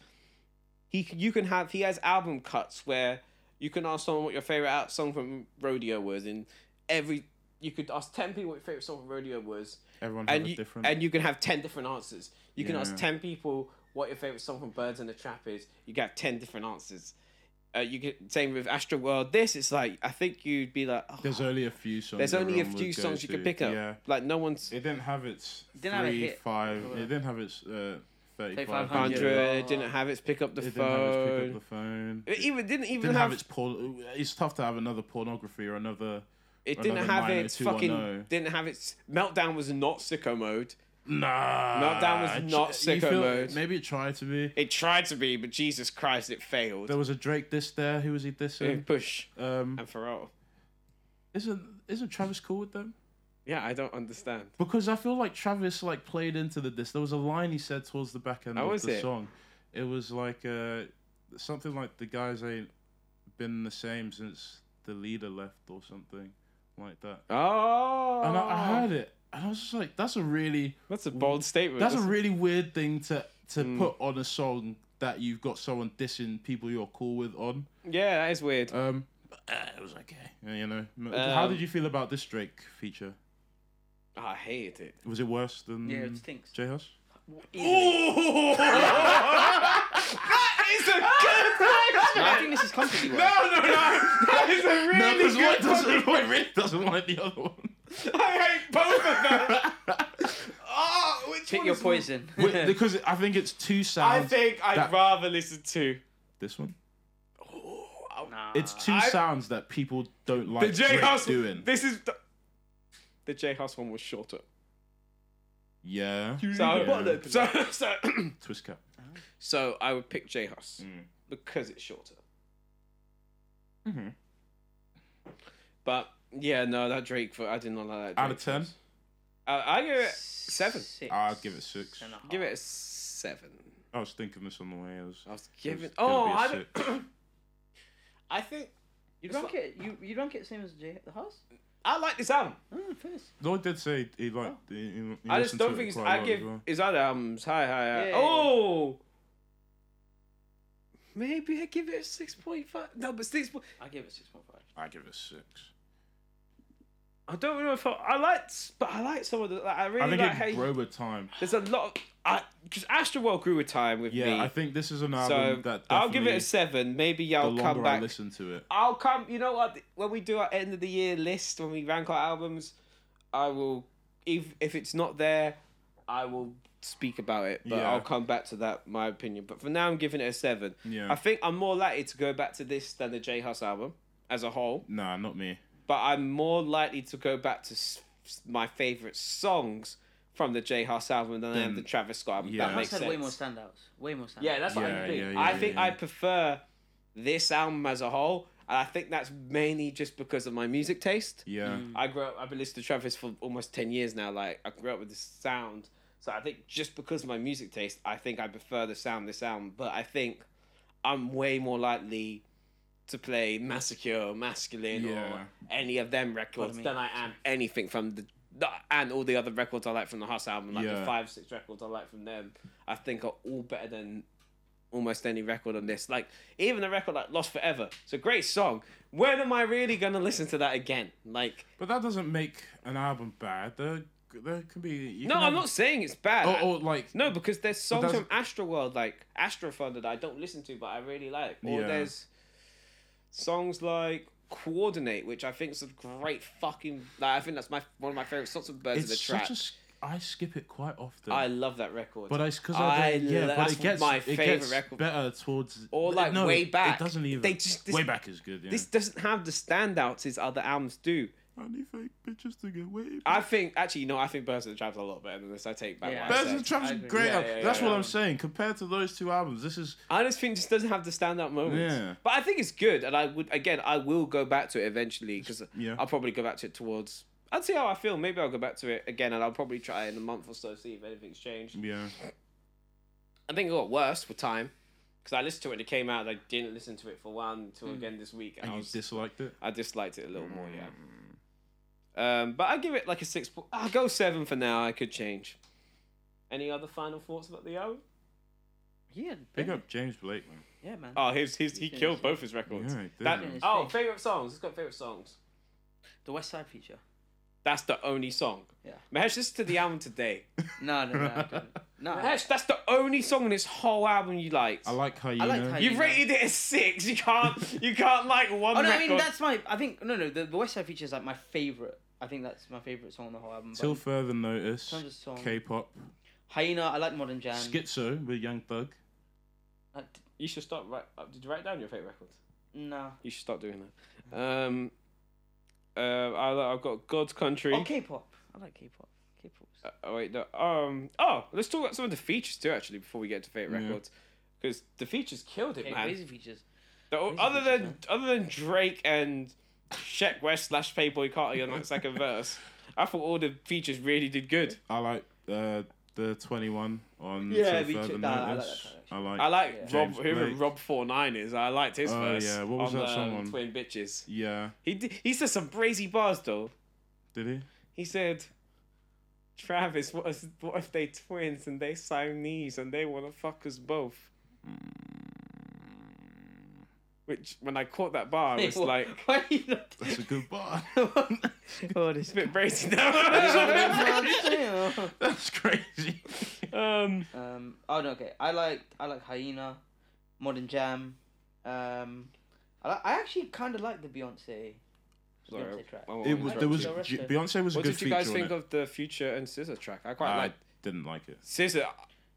[SPEAKER 1] he c- you can have he has album cuts where you can ask someone what your favorite out- song from Rodeo was, and every you could ask ten people what your favorite song from Rodeo was,
[SPEAKER 3] Everyone had
[SPEAKER 1] and
[SPEAKER 3] a
[SPEAKER 1] you
[SPEAKER 3] different.
[SPEAKER 1] and you can have ten different answers. You can ask
[SPEAKER 3] Yeah.
[SPEAKER 1] ten people what your favorite song from Birds and the Trap is. You can have ten different answers. Uh, you get same with Astro World. This it's like I think you'd be like oh,
[SPEAKER 3] there's only a few songs.
[SPEAKER 1] there's only a
[SPEAKER 3] everyone
[SPEAKER 1] few
[SPEAKER 3] would go
[SPEAKER 1] songs you
[SPEAKER 3] to.
[SPEAKER 1] could pick up.
[SPEAKER 3] Yeah.
[SPEAKER 1] Like no one's
[SPEAKER 3] It didn't have its
[SPEAKER 2] didn't have a
[SPEAKER 3] three,
[SPEAKER 2] hit.
[SPEAKER 3] five.
[SPEAKER 2] Or-
[SPEAKER 3] It didn't have its uh, thirty-five
[SPEAKER 2] 3500.
[SPEAKER 3] hundred.
[SPEAKER 1] hundred didn't have its pick up the
[SPEAKER 3] It didn't have its pick up
[SPEAKER 1] phone.
[SPEAKER 3] the phone.
[SPEAKER 1] It even didn't even
[SPEAKER 3] didn't
[SPEAKER 1] have,
[SPEAKER 3] have its porn. It's tough to have another pornography or another.
[SPEAKER 1] It didn't
[SPEAKER 3] Another
[SPEAKER 1] have
[SPEAKER 3] minor
[SPEAKER 1] its
[SPEAKER 3] 210.
[SPEAKER 1] fucking. Didn't have its meltdown was not sicko mode.
[SPEAKER 3] Nah.
[SPEAKER 1] Meltdown was
[SPEAKER 3] I tr-
[SPEAKER 1] not
[SPEAKER 3] you
[SPEAKER 1] sicko
[SPEAKER 3] feel-
[SPEAKER 1] mode.
[SPEAKER 3] Maybe it tried to be.
[SPEAKER 1] It tried to be, but Jesus Christ, it failed.
[SPEAKER 3] There was a Drake diss there. Who was he
[SPEAKER 1] Yeah,
[SPEAKER 3] dissing?
[SPEAKER 1] Push
[SPEAKER 3] Um,
[SPEAKER 1] and Pharrell.
[SPEAKER 3] isn't isn't Travis cool with them?
[SPEAKER 1] Yeah, I don't understand.
[SPEAKER 3] Because I feel like Travis like played into the this. There was a line he said towards the back end
[SPEAKER 1] How
[SPEAKER 3] of
[SPEAKER 1] was
[SPEAKER 3] the
[SPEAKER 1] it?
[SPEAKER 3] song. Oh, It was like uh, something like the guys ain't been the same since the leader left or something like that.
[SPEAKER 1] Oh,
[SPEAKER 3] And I, I heard it and I was just like, that's a really
[SPEAKER 1] that's a bold statement.
[SPEAKER 3] that's a Mm. really weird thing to to put on a song that you've got someone dissing people you're cool with on.
[SPEAKER 1] yeah, that is weird.
[SPEAKER 3] Um, but, uh, it was okay, Yeah, you know. How
[SPEAKER 1] Um,
[SPEAKER 3] did you feel about this Drake feature?
[SPEAKER 1] I hated it.
[SPEAKER 3] Was it worse than
[SPEAKER 2] Yeah, it stinks.
[SPEAKER 3] J Hus?
[SPEAKER 2] easily.
[SPEAKER 1] that is a good
[SPEAKER 2] No, I think this is comfortably
[SPEAKER 1] No,
[SPEAKER 2] worse.
[SPEAKER 1] no, no. That is a
[SPEAKER 3] No,
[SPEAKER 1] really
[SPEAKER 3] because one
[SPEAKER 1] good one.
[SPEAKER 3] doesn't, one really doesn't want the other one.
[SPEAKER 1] I hate both of them. Ah, which
[SPEAKER 2] Pick
[SPEAKER 1] one
[SPEAKER 2] your
[SPEAKER 1] is-
[SPEAKER 2] poison.
[SPEAKER 3] Wait, because I think it's two
[SPEAKER 1] I
[SPEAKER 3] sounds.
[SPEAKER 1] think I'd
[SPEAKER 3] That-
[SPEAKER 1] rather listen to.
[SPEAKER 3] This one.
[SPEAKER 2] Nah.
[SPEAKER 3] It's two
[SPEAKER 1] I-
[SPEAKER 3] sounds that people don't
[SPEAKER 1] The
[SPEAKER 3] like
[SPEAKER 1] J
[SPEAKER 3] Drake
[SPEAKER 1] House.
[SPEAKER 3] doing.
[SPEAKER 1] This is the, the J House one was shorter.
[SPEAKER 3] yeah.
[SPEAKER 1] So,
[SPEAKER 3] Yeah.
[SPEAKER 1] so, so,
[SPEAKER 3] Twist cap.
[SPEAKER 1] so I would pick J House
[SPEAKER 3] Mm.
[SPEAKER 1] because it's shorter.
[SPEAKER 3] Mhm.
[SPEAKER 1] But yeah, no, that Drake. For, I did not like that.
[SPEAKER 3] Out of
[SPEAKER 1] Drake
[SPEAKER 3] ten,
[SPEAKER 1] verse. Uh, I give it seven.
[SPEAKER 2] Six
[SPEAKER 3] I'd give it six.
[SPEAKER 2] and a half.
[SPEAKER 1] Give it a seven.
[SPEAKER 3] I was thinking this on the way. I was.
[SPEAKER 1] I was giving.
[SPEAKER 3] It's gonna
[SPEAKER 1] Oh,
[SPEAKER 3] be a
[SPEAKER 1] I don't. I think
[SPEAKER 2] You
[SPEAKER 1] it's
[SPEAKER 2] don't
[SPEAKER 1] like-
[SPEAKER 2] get you. You don't get same as J the house.
[SPEAKER 1] I like this album.
[SPEAKER 2] Oh, first.
[SPEAKER 3] Lloyd did say he liked. He, he
[SPEAKER 1] Oh. I just
[SPEAKER 3] listened to
[SPEAKER 1] don't
[SPEAKER 3] it
[SPEAKER 1] think it's.
[SPEAKER 3] quite a
[SPEAKER 1] I
[SPEAKER 3] lot
[SPEAKER 1] give
[SPEAKER 3] as well.
[SPEAKER 1] his other albums high, high, high.
[SPEAKER 2] Yeah.
[SPEAKER 1] Oh, maybe I give it a six point five. No, but six. po-
[SPEAKER 2] I give it six point five.
[SPEAKER 3] I give it six.
[SPEAKER 1] I don't know if I, I liked, but I like some of the. Like, I
[SPEAKER 3] I
[SPEAKER 1] really
[SPEAKER 3] think
[SPEAKER 1] like
[SPEAKER 3] it
[SPEAKER 1] how you-
[SPEAKER 3] grew with time.
[SPEAKER 1] there's a lot of because Astroworld grew with time with
[SPEAKER 3] Yeah,
[SPEAKER 1] me.
[SPEAKER 3] I think this is an
[SPEAKER 1] so
[SPEAKER 3] album that.
[SPEAKER 1] I'll give it
[SPEAKER 3] definitely-
[SPEAKER 1] a seven. Maybe
[SPEAKER 3] The
[SPEAKER 1] I'll
[SPEAKER 3] longer
[SPEAKER 1] come back.
[SPEAKER 3] I listen to it,
[SPEAKER 1] I'll come. You know what? When we do our end of the year list, when we rank our albums, I will. If if it's not there, I will speak about it. But
[SPEAKER 3] Yeah.
[SPEAKER 1] I'll come back to that. My opinion. But for now, I'm giving it a seven.
[SPEAKER 3] yeah.
[SPEAKER 1] I think I'm more likely to go back to this than the J House album as a whole.
[SPEAKER 3] nah, not me.
[SPEAKER 1] But I'm more likely to go back to s- s- my favorite songs from the J House album than I am
[SPEAKER 3] Then-
[SPEAKER 1] the Travis Scott album.
[SPEAKER 3] yeah.
[SPEAKER 1] That
[SPEAKER 2] That
[SPEAKER 1] makes
[SPEAKER 2] house had
[SPEAKER 1] sense.
[SPEAKER 2] way more standouts. Way more standouts.
[SPEAKER 1] Yeah, that's what
[SPEAKER 3] Yeah,
[SPEAKER 1] I think.
[SPEAKER 3] yeah, yeah,
[SPEAKER 1] I think
[SPEAKER 3] yeah.
[SPEAKER 1] I prefer this album as a whole, and I think that's mainly just because of my music taste.
[SPEAKER 3] Yeah,
[SPEAKER 1] I grew up. I've been listening to Travis for almost ten years now. Like I grew up with this sound, so I think just because of my music taste, I think I prefer the sound this album. But I think I'm way more likely to play Massacre, Masculine,
[SPEAKER 3] Yeah.
[SPEAKER 1] or any of them records
[SPEAKER 2] me.
[SPEAKER 1] than I am anything from the. the- And all the other records I like from the Huss album, like the
[SPEAKER 3] Yeah.
[SPEAKER 1] five, six records I like from them, I think are all better than almost any record on this. Like even a record like Lost Forever, it's a great song. When am I really gonna listen to that again? Like
[SPEAKER 3] but that doesn't make an album bad. There, there can be. You
[SPEAKER 1] no,
[SPEAKER 3] can
[SPEAKER 1] I'm
[SPEAKER 3] have-
[SPEAKER 1] not saying it's bad.
[SPEAKER 3] Or, or like
[SPEAKER 1] no, because there's songs
[SPEAKER 3] that's-
[SPEAKER 1] from Astroworld like Astrofunder that I don't listen to but I really like. Or
[SPEAKER 3] Yeah.
[SPEAKER 1] there's songs like Coordinate, which I think is a great fucking. Like, I think that's my one of my favorite songs of Birds of
[SPEAKER 3] it's
[SPEAKER 1] the
[SPEAKER 3] such
[SPEAKER 1] Trap.
[SPEAKER 3] a. s- I skip it quite often.
[SPEAKER 1] I love that record.
[SPEAKER 3] But it's because
[SPEAKER 1] I
[SPEAKER 3] I, don't, yeah,
[SPEAKER 1] lo-
[SPEAKER 3] but
[SPEAKER 1] that's
[SPEAKER 3] it gets
[SPEAKER 1] my
[SPEAKER 3] it
[SPEAKER 1] favourite
[SPEAKER 3] gets
[SPEAKER 1] record.
[SPEAKER 3] better towards
[SPEAKER 1] Or, like,
[SPEAKER 3] no,
[SPEAKER 1] Way
[SPEAKER 3] it-
[SPEAKER 1] Back.
[SPEAKER 3] It doesn't even.
[SPEAKER 1] They just- this-
[SPEAKER 3] way back is good. Yeah.
[SPEAKER 1] this doesn't have the standouts his other albums do.
[SPEAKER 3] I need fake bitches to get way.
[SPEAKER 1] I think actually, no, I think Birds of the Trap's a lot better than this. I take back.
[SPEAKER 2] Yeah.
[SPEAKER 1] what I
[SPEAKER 3] Bears
[SPEAKER 1] said.
[SPEAKER 3] and Traps
[SPEAKER 2] I
[SPEAKER 3] is
[SPEAKER 2] agree.
[SPEAKER 3] great.
[SPEAKER 1] Yeah, yeah,
[SPEAKER 3] That's
[SPEAKER 1] yeah,
[SPEAKER 3] what
[SPEAKER 1] yeah.
[SPEAKER 3] I'm saying. Compared to those two albums, this is
[SPEAKER 1] I just think it just doesn't have the standout moments.
[SPEAKER 3] Yeah.
[SPEAKER 1] But I think it's good, and I would again, I will go back to it eventually because
[SPEAKER 3] Yeah.
[SPEAKER 1] I'll probably go back to it towards. I'd see how I feel. Maybe I'll go back to it again, and I'll probably try in a month or so see if anything's changed.
[SPEAKER 3] yeah.
[SPEAKER 1] I think it got worse with time because I listened to it when it came out. and I didn't listen to it for one until again this week, and
[SPEAKER 3] And
[SPEAKER 1] I,
[SPEAKER 3] you
[SPEAKER 1] was,
[SPEAKER 3] disliked it. Mm.
[SPEAKER 1] I disliked it a little more. Yeah. Um, but I give it like a six. Po- I'll go seven for now. I could change. Any other final thoughts about the album?
[SPEAKER 2] Yeah.
[SPEAKER 3] Pick
[SPEAKER 2] Ben-
[SPEAKER 3] up James Blake, man.
[SPEAKER 2] Yeah, man.
[SPEAKER 1] Oh, his, his, he
[SPEAKER 2] Yeah,
[SPEAKER 1] killed
[SPEAKER 2] yeah.
[SPEAKER 1] both his records.
[SPEAKER 3] Yeah, he did,
[SPEAKER 1] That-
[SPEAKER 3] man.
[SPEAKER 1] oh, favorite songs. He's got favorite songs.
[SPEAKER 2] The West Side feature.
[SPEAKER 1] That's the only song.
[SPEAKER 2] Yeah.
[SPEAKER 1] Mahesh, listen to the album today.
[SPEAKER 2] No, no, no. I don't. no. I-
[SPEAKER 1] Mahesh, that's the only song in this whole album you liked.
[SPEAKER 3] I like Hyena.
[SPEAKER 2] Hyena.
[SPEAKER 1] You've rated it a six. You can't. You can't like one
[SPEAKER 2] Oh no, I
[SPEAKER 1] record.
[SPEAKER 2] mean that's my. I think no, no. The, the West Side feature is like my favorite. I think that's my favorite song on the whole album. but
[SPEAKER 3] Till further notice.
[SPEAKER 2] terms of song-
[SPEAKER 3] K-pop.
[SPEAKER 2] Hyena. I like Modern Jam.
[SPEAKER 3] Schizo with Young Thug.
[SPEAKER 2] I d-
[SPEAKER 1] You should start. Right, uh, did you write down your favorite records?
[SPEAKER 2] nah.
[SPEAKER 1] You should start doing that. Um, uh, I, I've got God's Country.
[SPEAKER 2] Oh, K-pop. I like K-pop. K-pop's.
[SPEAKER 1] Uh, oh wait, no. Um. Oh, let's talk about some of the features too. Actually, before we get to favorite
[SPEAKER 3] Yeah.
[SPEAKER 1] records, because the features killed it,
[SPEAKER 2] Okay,
[SPEAKER 1] man.
[SPEAKER 2] crazy features.
[SPEAKER 1] The,
[SPEAKER 2] Crazy
[SPEAKER 1] other
[SPEAKER 2] features,
[SPEAKER 1] than
[SPEAKER 2] man.
[SPEAKER 1] other than Drake and Sheck West slash Playboy Carti on that second verse, I thought all the features really did good.
[SPEAKER 3] I like uh, the 21 on
[SPEAKER 2] Yeah, we
[SPEAKER 3] Till Further
[SPEAKER 2] took- nah, I like
[SPEAKER 3] Notice.
[SPEAKER 2] that
[SPEAKER 3] I like.
[SPEAKER 1] I like
[SPEAKER 3] Yeah.
[SPEAKER 1] Rob,
[SPEAKER 3] James
[SPEAKER 1] whoever
[SPEAKER 3] Blake.
[SPEAKER 1] Rob Four Nine is. I liked his
[SPEAKER 3] Oh,
[SPEAKER 1] verse.
[SPEAKER 3] yeah, what was
[SPEAKER 1] on,
[SPEAKER 3] that song
[SPEAKER 1] um,
[SPEAKER 3] on?
[SPEAKER 1] Twin bitches.
[SPEAKER 3] Yeah.
[SPEAKER 1] He did, he said some brazy bars though.
[SPEAKER 3] Did he?
[SPEAKER 1] He said, "Travis, what if, what if they twins and they sign knees and they want to fuck us both?" Which when I caught that bar, I was like,
[SPEAKER 2] Why are you not?
[SPEAKER 3] That's a good bar.
[SPEAKER 2] oh, this
[SPEAKER 1] "It's a bit brazy now."
[SPEAKER 2] Damn.
[SPEAKER 3] That's crazy.
[SPEAKER 1] Um,
[SPEAKER 2] Um, oh no, okay. I like I like Hyena, Modern Jam. Um, I li- I actually kind of like the Beyonce.
[SPEAKER 1] sorry,
[SPEAKER 2] Beyonce track.
[SPEAKER 1] I won't
[SPEAKER 3] It was
[SPEAKER 1] interrupt
[SPEAKER 3] there was
[SPEAKER 1] you.
[SPEAKER 3] J- Beyonce was a
[SPEAKER 1] What
[SPEAKER 3] good
[SPEAKER 1] did you
[SPEAKER 3] feature.
[SPEAKER 1] guys
[SPEAKER 3] on
[SPEAKER 1] think
[SPEAKER 3] it.
[SPEAKER 1] of the Future and Scissor track? I quite
[SPEAKER 3] I
[SPEAKER 1] like
[SPEAKER 3] didn't like it.
[SPEAKER 1] Scissor.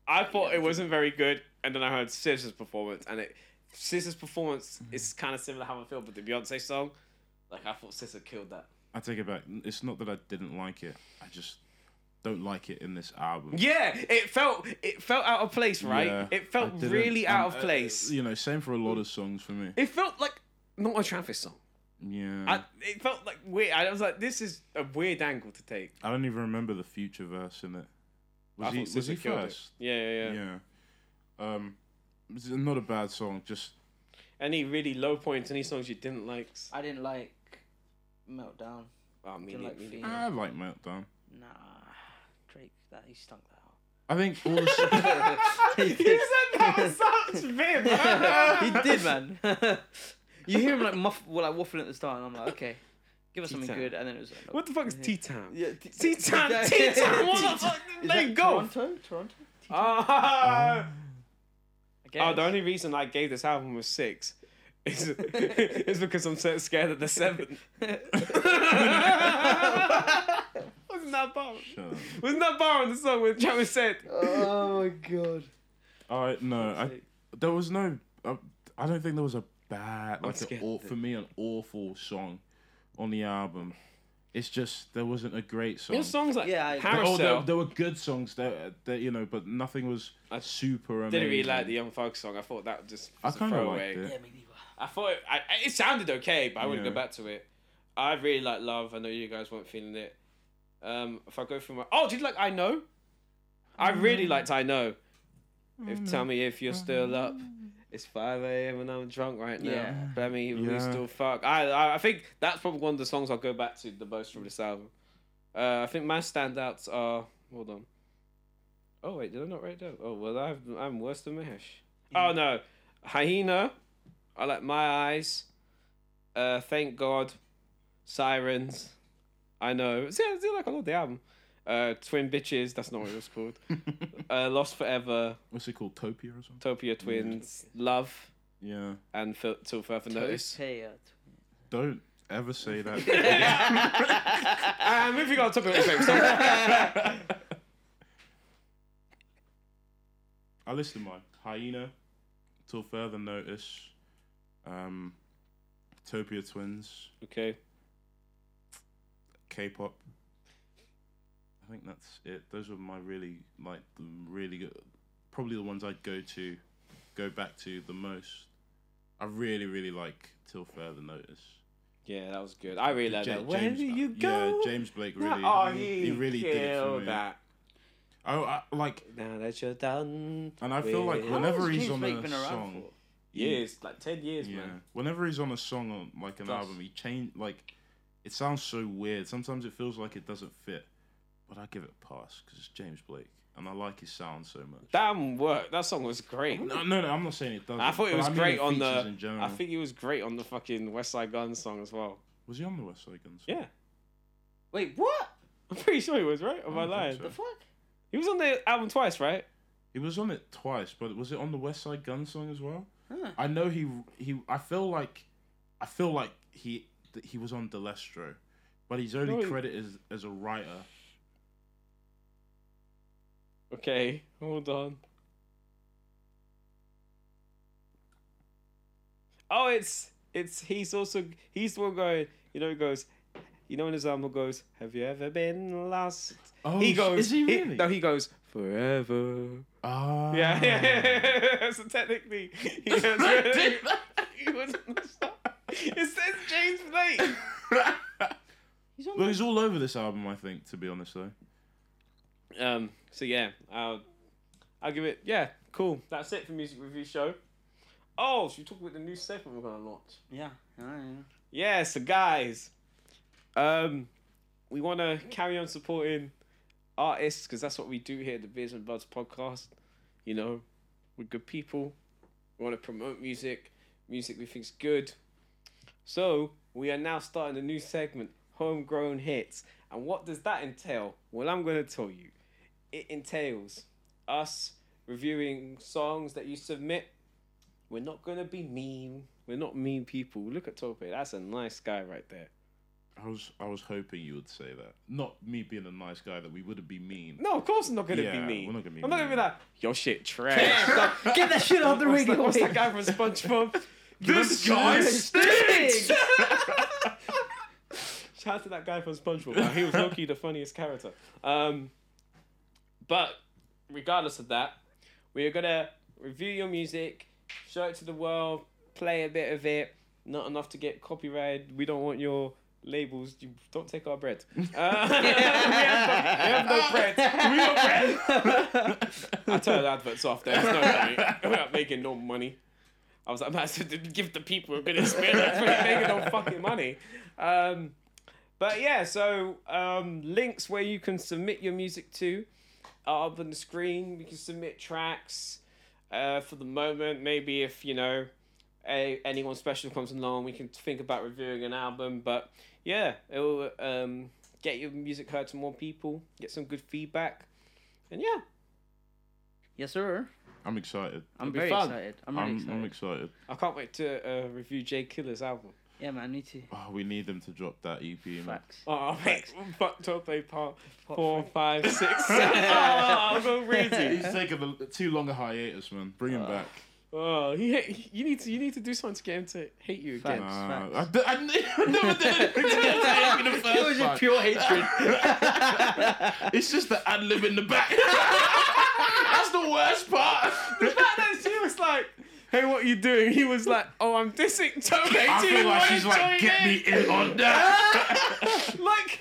[SPEAKER 1] I thought it wasn't very good, and then I heard Scissor's performance, and it Scissor's performance is kind of similar how I feel, but the Beyonce song, like I thought Scissor killed that.
[SPEAKER 3] I take it back. It's not that I didn't like it. I just don't like it in this album.
[SPEAKER 1] Yeah, it felt it felt out of place, right?
[SPEAKER 3] Yeah,
[SPEAKER 1] it felt
[SPEAKER 3] I didn't-
[SPEAKER 1] really out
[SPEAKER 3] and,
[SPEAKER 1] of
[SPEAKER 3] uh,
[SPEAKER 1] place.
[SPEAKER 3] you know, same for a lot of songs for me.
[SPEAKER 1] it felt like not a Travis song.
[SPEAKER 3] Yeah.
[SPEAKER 1] I, it felt like weird. I was like, this is a weird angle to take.
[SPEAKER 3] I don't even remember the future verse in it.
[SPEAKER 1] I
[SPEAKER 3] Was he
[SPEAKER 1] thought
[SPEAKER 3] was
[SPEAKER 1] SZA
[SPEAKER 3] he
[SPEAKER 1] killed it.
[SPEAKER 3] first?
[SPEAKER 1] Yeah, yeah, yeah,
[SPEAKER 3] Yeah. Um, it's not a bad song. Just
[SPEAKER 1] Any really low points? Any songs you didn't like?
[SPEAKER 2] I didn't like Meltdown.
[SPEAKER 1] Oh, me,
[SPEAKER 2] Didn't
[SPEAKER 1] neither,
[SPEAKER 2] like
[SPEAKER 1] me,
[SPEAKER 2] Fiend.
[SPEAKER 1] neither.
[SPEAKER 3] I like Meltdown.
[SPEAKER 2] Nah, Drake. That he stunk that out.
[SPEAKER 3] I think all the s-
[SPEAKER 1] you said that was such
[SPEAKER 2] he
[SPEAKER 1] vim.
[SPEAKER 2] did, man. you hear him like muff, well, like waffling at the start, and I'm like, okay, give us something
[SPEAKER 1] T-Town.
[SPEAKER 2] good, and then it was like,
[SPEAKER 1] What the fuck is T Town?
[SPEAKER 2] Yeah,
[SPEAKER 1] T Town, T Town, what the fuck? They go.
[SPEAKER 2] Toronto, Toronto.
[SPEAKER 1] Ah.
[SPEAKER 2] I guess.
[SPEAKER 1] Oh, the only reason I gave this album was six is, is because I'm so scared of the seven.
[SPEAKER 2] Oh,
[SPEAKER 1] Wasn't that bar?
[SPEAKER 3] Shut up.
[SPEAKER 1] Wasn't that bar on the song when Travis said?
[SPEAKER 2] oh my god.
[SPEAKER 3] All right, no, I, there was no. I, I don't think there was a bad, like an
[SPEAKER 1] scared
[SPEAKER 3] aw,
[SPEAKER 1] of it.
[SPEAKER 3] for me, an awful song on the album. It's just there wasn't a great song.
[SPEAKER 1] Your songs like
[SPEAKER 2] Yeah, I-
[SPEAKER 1] Carousel.
[SPEAKER 3] Oh, there, there were good songs there, there, you know, but nothing was
[SPEAKER 1] I
[SPEAKER 3] super amazing.
[SPEAKER 1] didn't really like the Young Thug song. I thought that just
[SPEAKER 3] I
[SPEAKER 1] was a
[SPEAKER 3] kind of
[SPEAKER 1] throwaway.
[SPEAKER 3] liked it.
[SPEAKER 2] Yeah, me neither.
[SPEAKER 1] I thought it, I, I- it sounded okay, but I wouldn't
[SPEAKER 3] Yeah.
[SPEAKER 1] go back to it. I really like Love. I know you guys weren't feeling it. Um, if I go through my oh, did you like I Know? I really liked I Know. If tell me if you're still up. It's five a.m. and I'm drunk right now.
[SPEAKER 2] Yeah.
[SPEAKER 1] But I mean, we
[SPEAKER 3] Yeah.
[SPEAKER 1] still fuck. I, I I think that's probably one of the songs I'll go back to the most from this album. Uh, I think my standouts are hold on. Oh wait, did I not write it down? Oh well, I've, I'm worse than Mahesh. Oh no, Hyena. I like my eyes. Uh, thank God, sirens. I know. See, I do like a lot of the album. Uh, twin bitches. That's not what it was called. uh, Lost forever.
[SPEAKER 3] What's it called? Topia or something?
[SPEAKER 1] Topia twins. Love
[SPEAKER 3] Yeah.
[SPEAKER 1] and Phil- till further notice.
[SPEAKER 2] Topia.
[SPEAKER 3] Don't ever say that.
[SPEAKER 1] And Um, moving on to the next song.
[SPEAKER 3] I listed mine. Hyena, Till Further Notice, um, Topia Twins,
[SPEAKER 1] okay.
[SPEAKER 3] K-pop. I think that's it. Those were my really like the really good, probably the ones I'd go to, go back to the most. I really really like Till Further Notice.
[SPEAKER 1] Yeah, that was good. I really like
[SPEAKER 3] Ja-
[SPEAKER 1] that. Where do you go?
[SPEAKER 3] Yeah, James Blake
[SPEAKER 1] Nah,
[SPEAKER 3] really.
[SPEAKER 1] oh,
[SPEAKER 3] he, really did it for
[SPEAKER 1] killed
[SPEAKER 3] me.
[SPEAKER 1] that.
[SPEAKER 3] Oh, I, like,
[SPEAKER 1] Now that you're done.
[SPEAKER 3] and I feel like
[SPEAKER 1] with-
[SPEAKER 2] How long
[SPEAKER 3] whenever
[SPEAKER 2] has
[SPEAKER 3] he's
[SPEAKER 2] James
[SPEAKER 3] on
[SPEAKER 2] Blake
[SPEAKER 3] a
[SPEAKER 2] been around
[SPEAKER 3] song,
[SPEAKER 2] for?
[SPEAKER 1] years, like ten years,
[SPEAKER 3] Yeah.
[SPEAKER 1] man.
[SPEAKER 3] Whenever he's on a song on like an
[SPEAKER 1] Plus.
[SPEAKER 3] album, he change like it sounds so weird. Sometimes it feels like it doesn't fit, but I give it a pass because it's James Blake and I like his sound so much.
[SPEAKER 1] Damn work. That song was great.
[SPEAKER 3] No, no, no. I'm not saying it doesn't.
[SPEAKER 1] I thought it
[SPEAKER 3] but
[SPEAKER 1] was
[SPEAKER 3] mean
[SPEAKER 1] great on
[SPEAKER 3] features
[SPEAKER 1] the-
[SPEAKER 3] In general.
[SPEAKER 1] I think he was great on the fucking West Side Gun song as well.
[SPEAKER 3] was he on the West Side Guns?
[SPEAKER 1] Yeah,
[SPEAKER 2] Wait, what
[SPEAKER 1] I'm pretty sure he was right. Am I,
[SPEAKER 3] I don't
[SPEAKER 1] lying?
[SPEAKER 3] think
[SPEAKER 2] the
[SPEAKER 3] so.
[SPEAKER 2] fuck?
[SPEAKER 1] He was on the album twice, right?
[SPEAKER 3] He was on it twice, but was it on the West Side Gun song as well?
[SPEAKER 2] Huh.
[SPEAKER 3] I know he he. I feel like I feel like he that he was on Delestro, but he's only
[SPEAKER 1] No, he-
[SPEAKER 3] credited as, as a writer.
[SPEAKER 1] Okay, hold on. Oh, it's it's he's also he's the one going. You know, he goes. You know, when his album goes, "Have you ever been lost?"
[SPEAKER 3] Oh,
[SPEAKER 1] he goes.
[SPEAKER 3] Is he really?
[SPEAKER 1] no, he goes forever.
[SPEAKER 3] Ah.
[SPEAKER 1] Yeah, yeah. so technically, he was really, he was on the song. It says James Blake.
[SPEAKER 2] He's on.
[SPEAKER 3] Well,
[SPEAKER 2] the-
[SPEAKER 3] he's all over this album, I think. To be honest, though,
[SPEAKER 1] Um. So yeah, I'll I'll give it. Yeah, cool. That's it for music review show. Oh, should we talk about the new segment we're gonna launch?
[SPEAKER 2] yeah. I don't know.
[SPEAKER 1] Yeah. So guys, um, we want to carry on supporting artists because that's what we do here at the Beers and Buds podcast. You know, we're good people. We want to promote music, music we think's good. So we are now starting a new segment, homegrown hits. And what does that entail? Well, I'm gonna tell you. It entails us reviewing songs that you submit. We're not gonna be mean. We're not mean people. Look at Tope. That's a nice guy right there.
[SPEAKER 3] I was I was hoping you would say that. Not me being a nice guy that we wouldn't be mean.
[SPEAKER 1] No, of course I'm not gonna
[SPEAKER 3] Yeah,
[SPEAKER 1] be mean.
[SPEAKER 3] we're not gonna be
[SPEAKER 1] I'm not gonna be
[SPEAKER 3] mean.
[SPEAKER 1] like your shit trash.
[SPEAKER 2] Get that shit off the
[SPEAKER 1] what's,
[SPEAKER 2] radio.
[SPEAKER 1] that, what's that guy from SpongeBob?
[SPEAKER 3] This guy
[SPEAKER 2] stinks!
[SPEAKER 1] Shout out to that guy from SpongeBob. man. He was Loki, the funniest character. Um, but regardless of that, we are gonna review your music, show it to the world, play a bit of it. Not enough to get copyright. We don't want your labels. You don't take our bread. Uh, we, have no, we have no bread. We want bread. I turned adverts off. There's no point. We're not making no money. I was like, man, I said, give the people a good experience. We're not making no fucking money. Um, but yeah, so um, links where you can submit your music to are up on the screen. You can submit tracks uh, for the moment. Maybe if, you know, a, anyone special comes along, we can think about reviewing an album. But yeah, it will um, get your music heard to more people, get some good feedback. And yeah,
[SPEAKER 2] yes, sir.
[SPEAKER 3] I'm excited.
[SPEAKER 2] I'm
[SPEAKER 1] It'll be
[SPEAKER 2] very
[SPEAKER 1] fun.
[SPEAKER 2] excited. I'm really
[SPEAKER 3] I'm,
[SPEAKER 2] excited.
[SPEAKER 3] I'm excited.
[SPEAKER 1] I can't wait to uh, review Jay Killer's album.
[SPEAKER 2] yeah, man, me too.
[SPEAKER 3] Oh, we need them to drop that EP. Man.
[SPEAKER 2] Facts.
[SPEAKER 1] Oh, wait.
[SPEAKER 2] Facts.
[SPEAKER 1] Fuck, don't play part four,
[SPEAKER 2] three.
[SPEAKER 1] five, six, seven. oh, I'm so wheezy.
[SPEAKER 3] He's taken a, too long a hiatus, man. Bring him back.
[SPEAKER 1] Oh, he, he, you need to you need to do something to get him to hate you again.
[SPEAKER 2] Facts.
[SPEAKER 3] Nah, I, d- I n- I never did anything to get to hate me the
[SPEAKER 2] It was
[SPEAKER 3] first
[SPEAKER 2] just
[SPEAKER 3] time.
[SPEAKER 2] pure hatred.
[SPEAKER 3] It's just the ad lib in the back. That's the worst part.
[SPEAKER 1] The fact that she was like, "Hey, what you doing?" He was like, "Oh, I'm dissing Toby."
[SPEAKER 3] I feel like she's like, get me in on that.
[SPEAKER 1] Like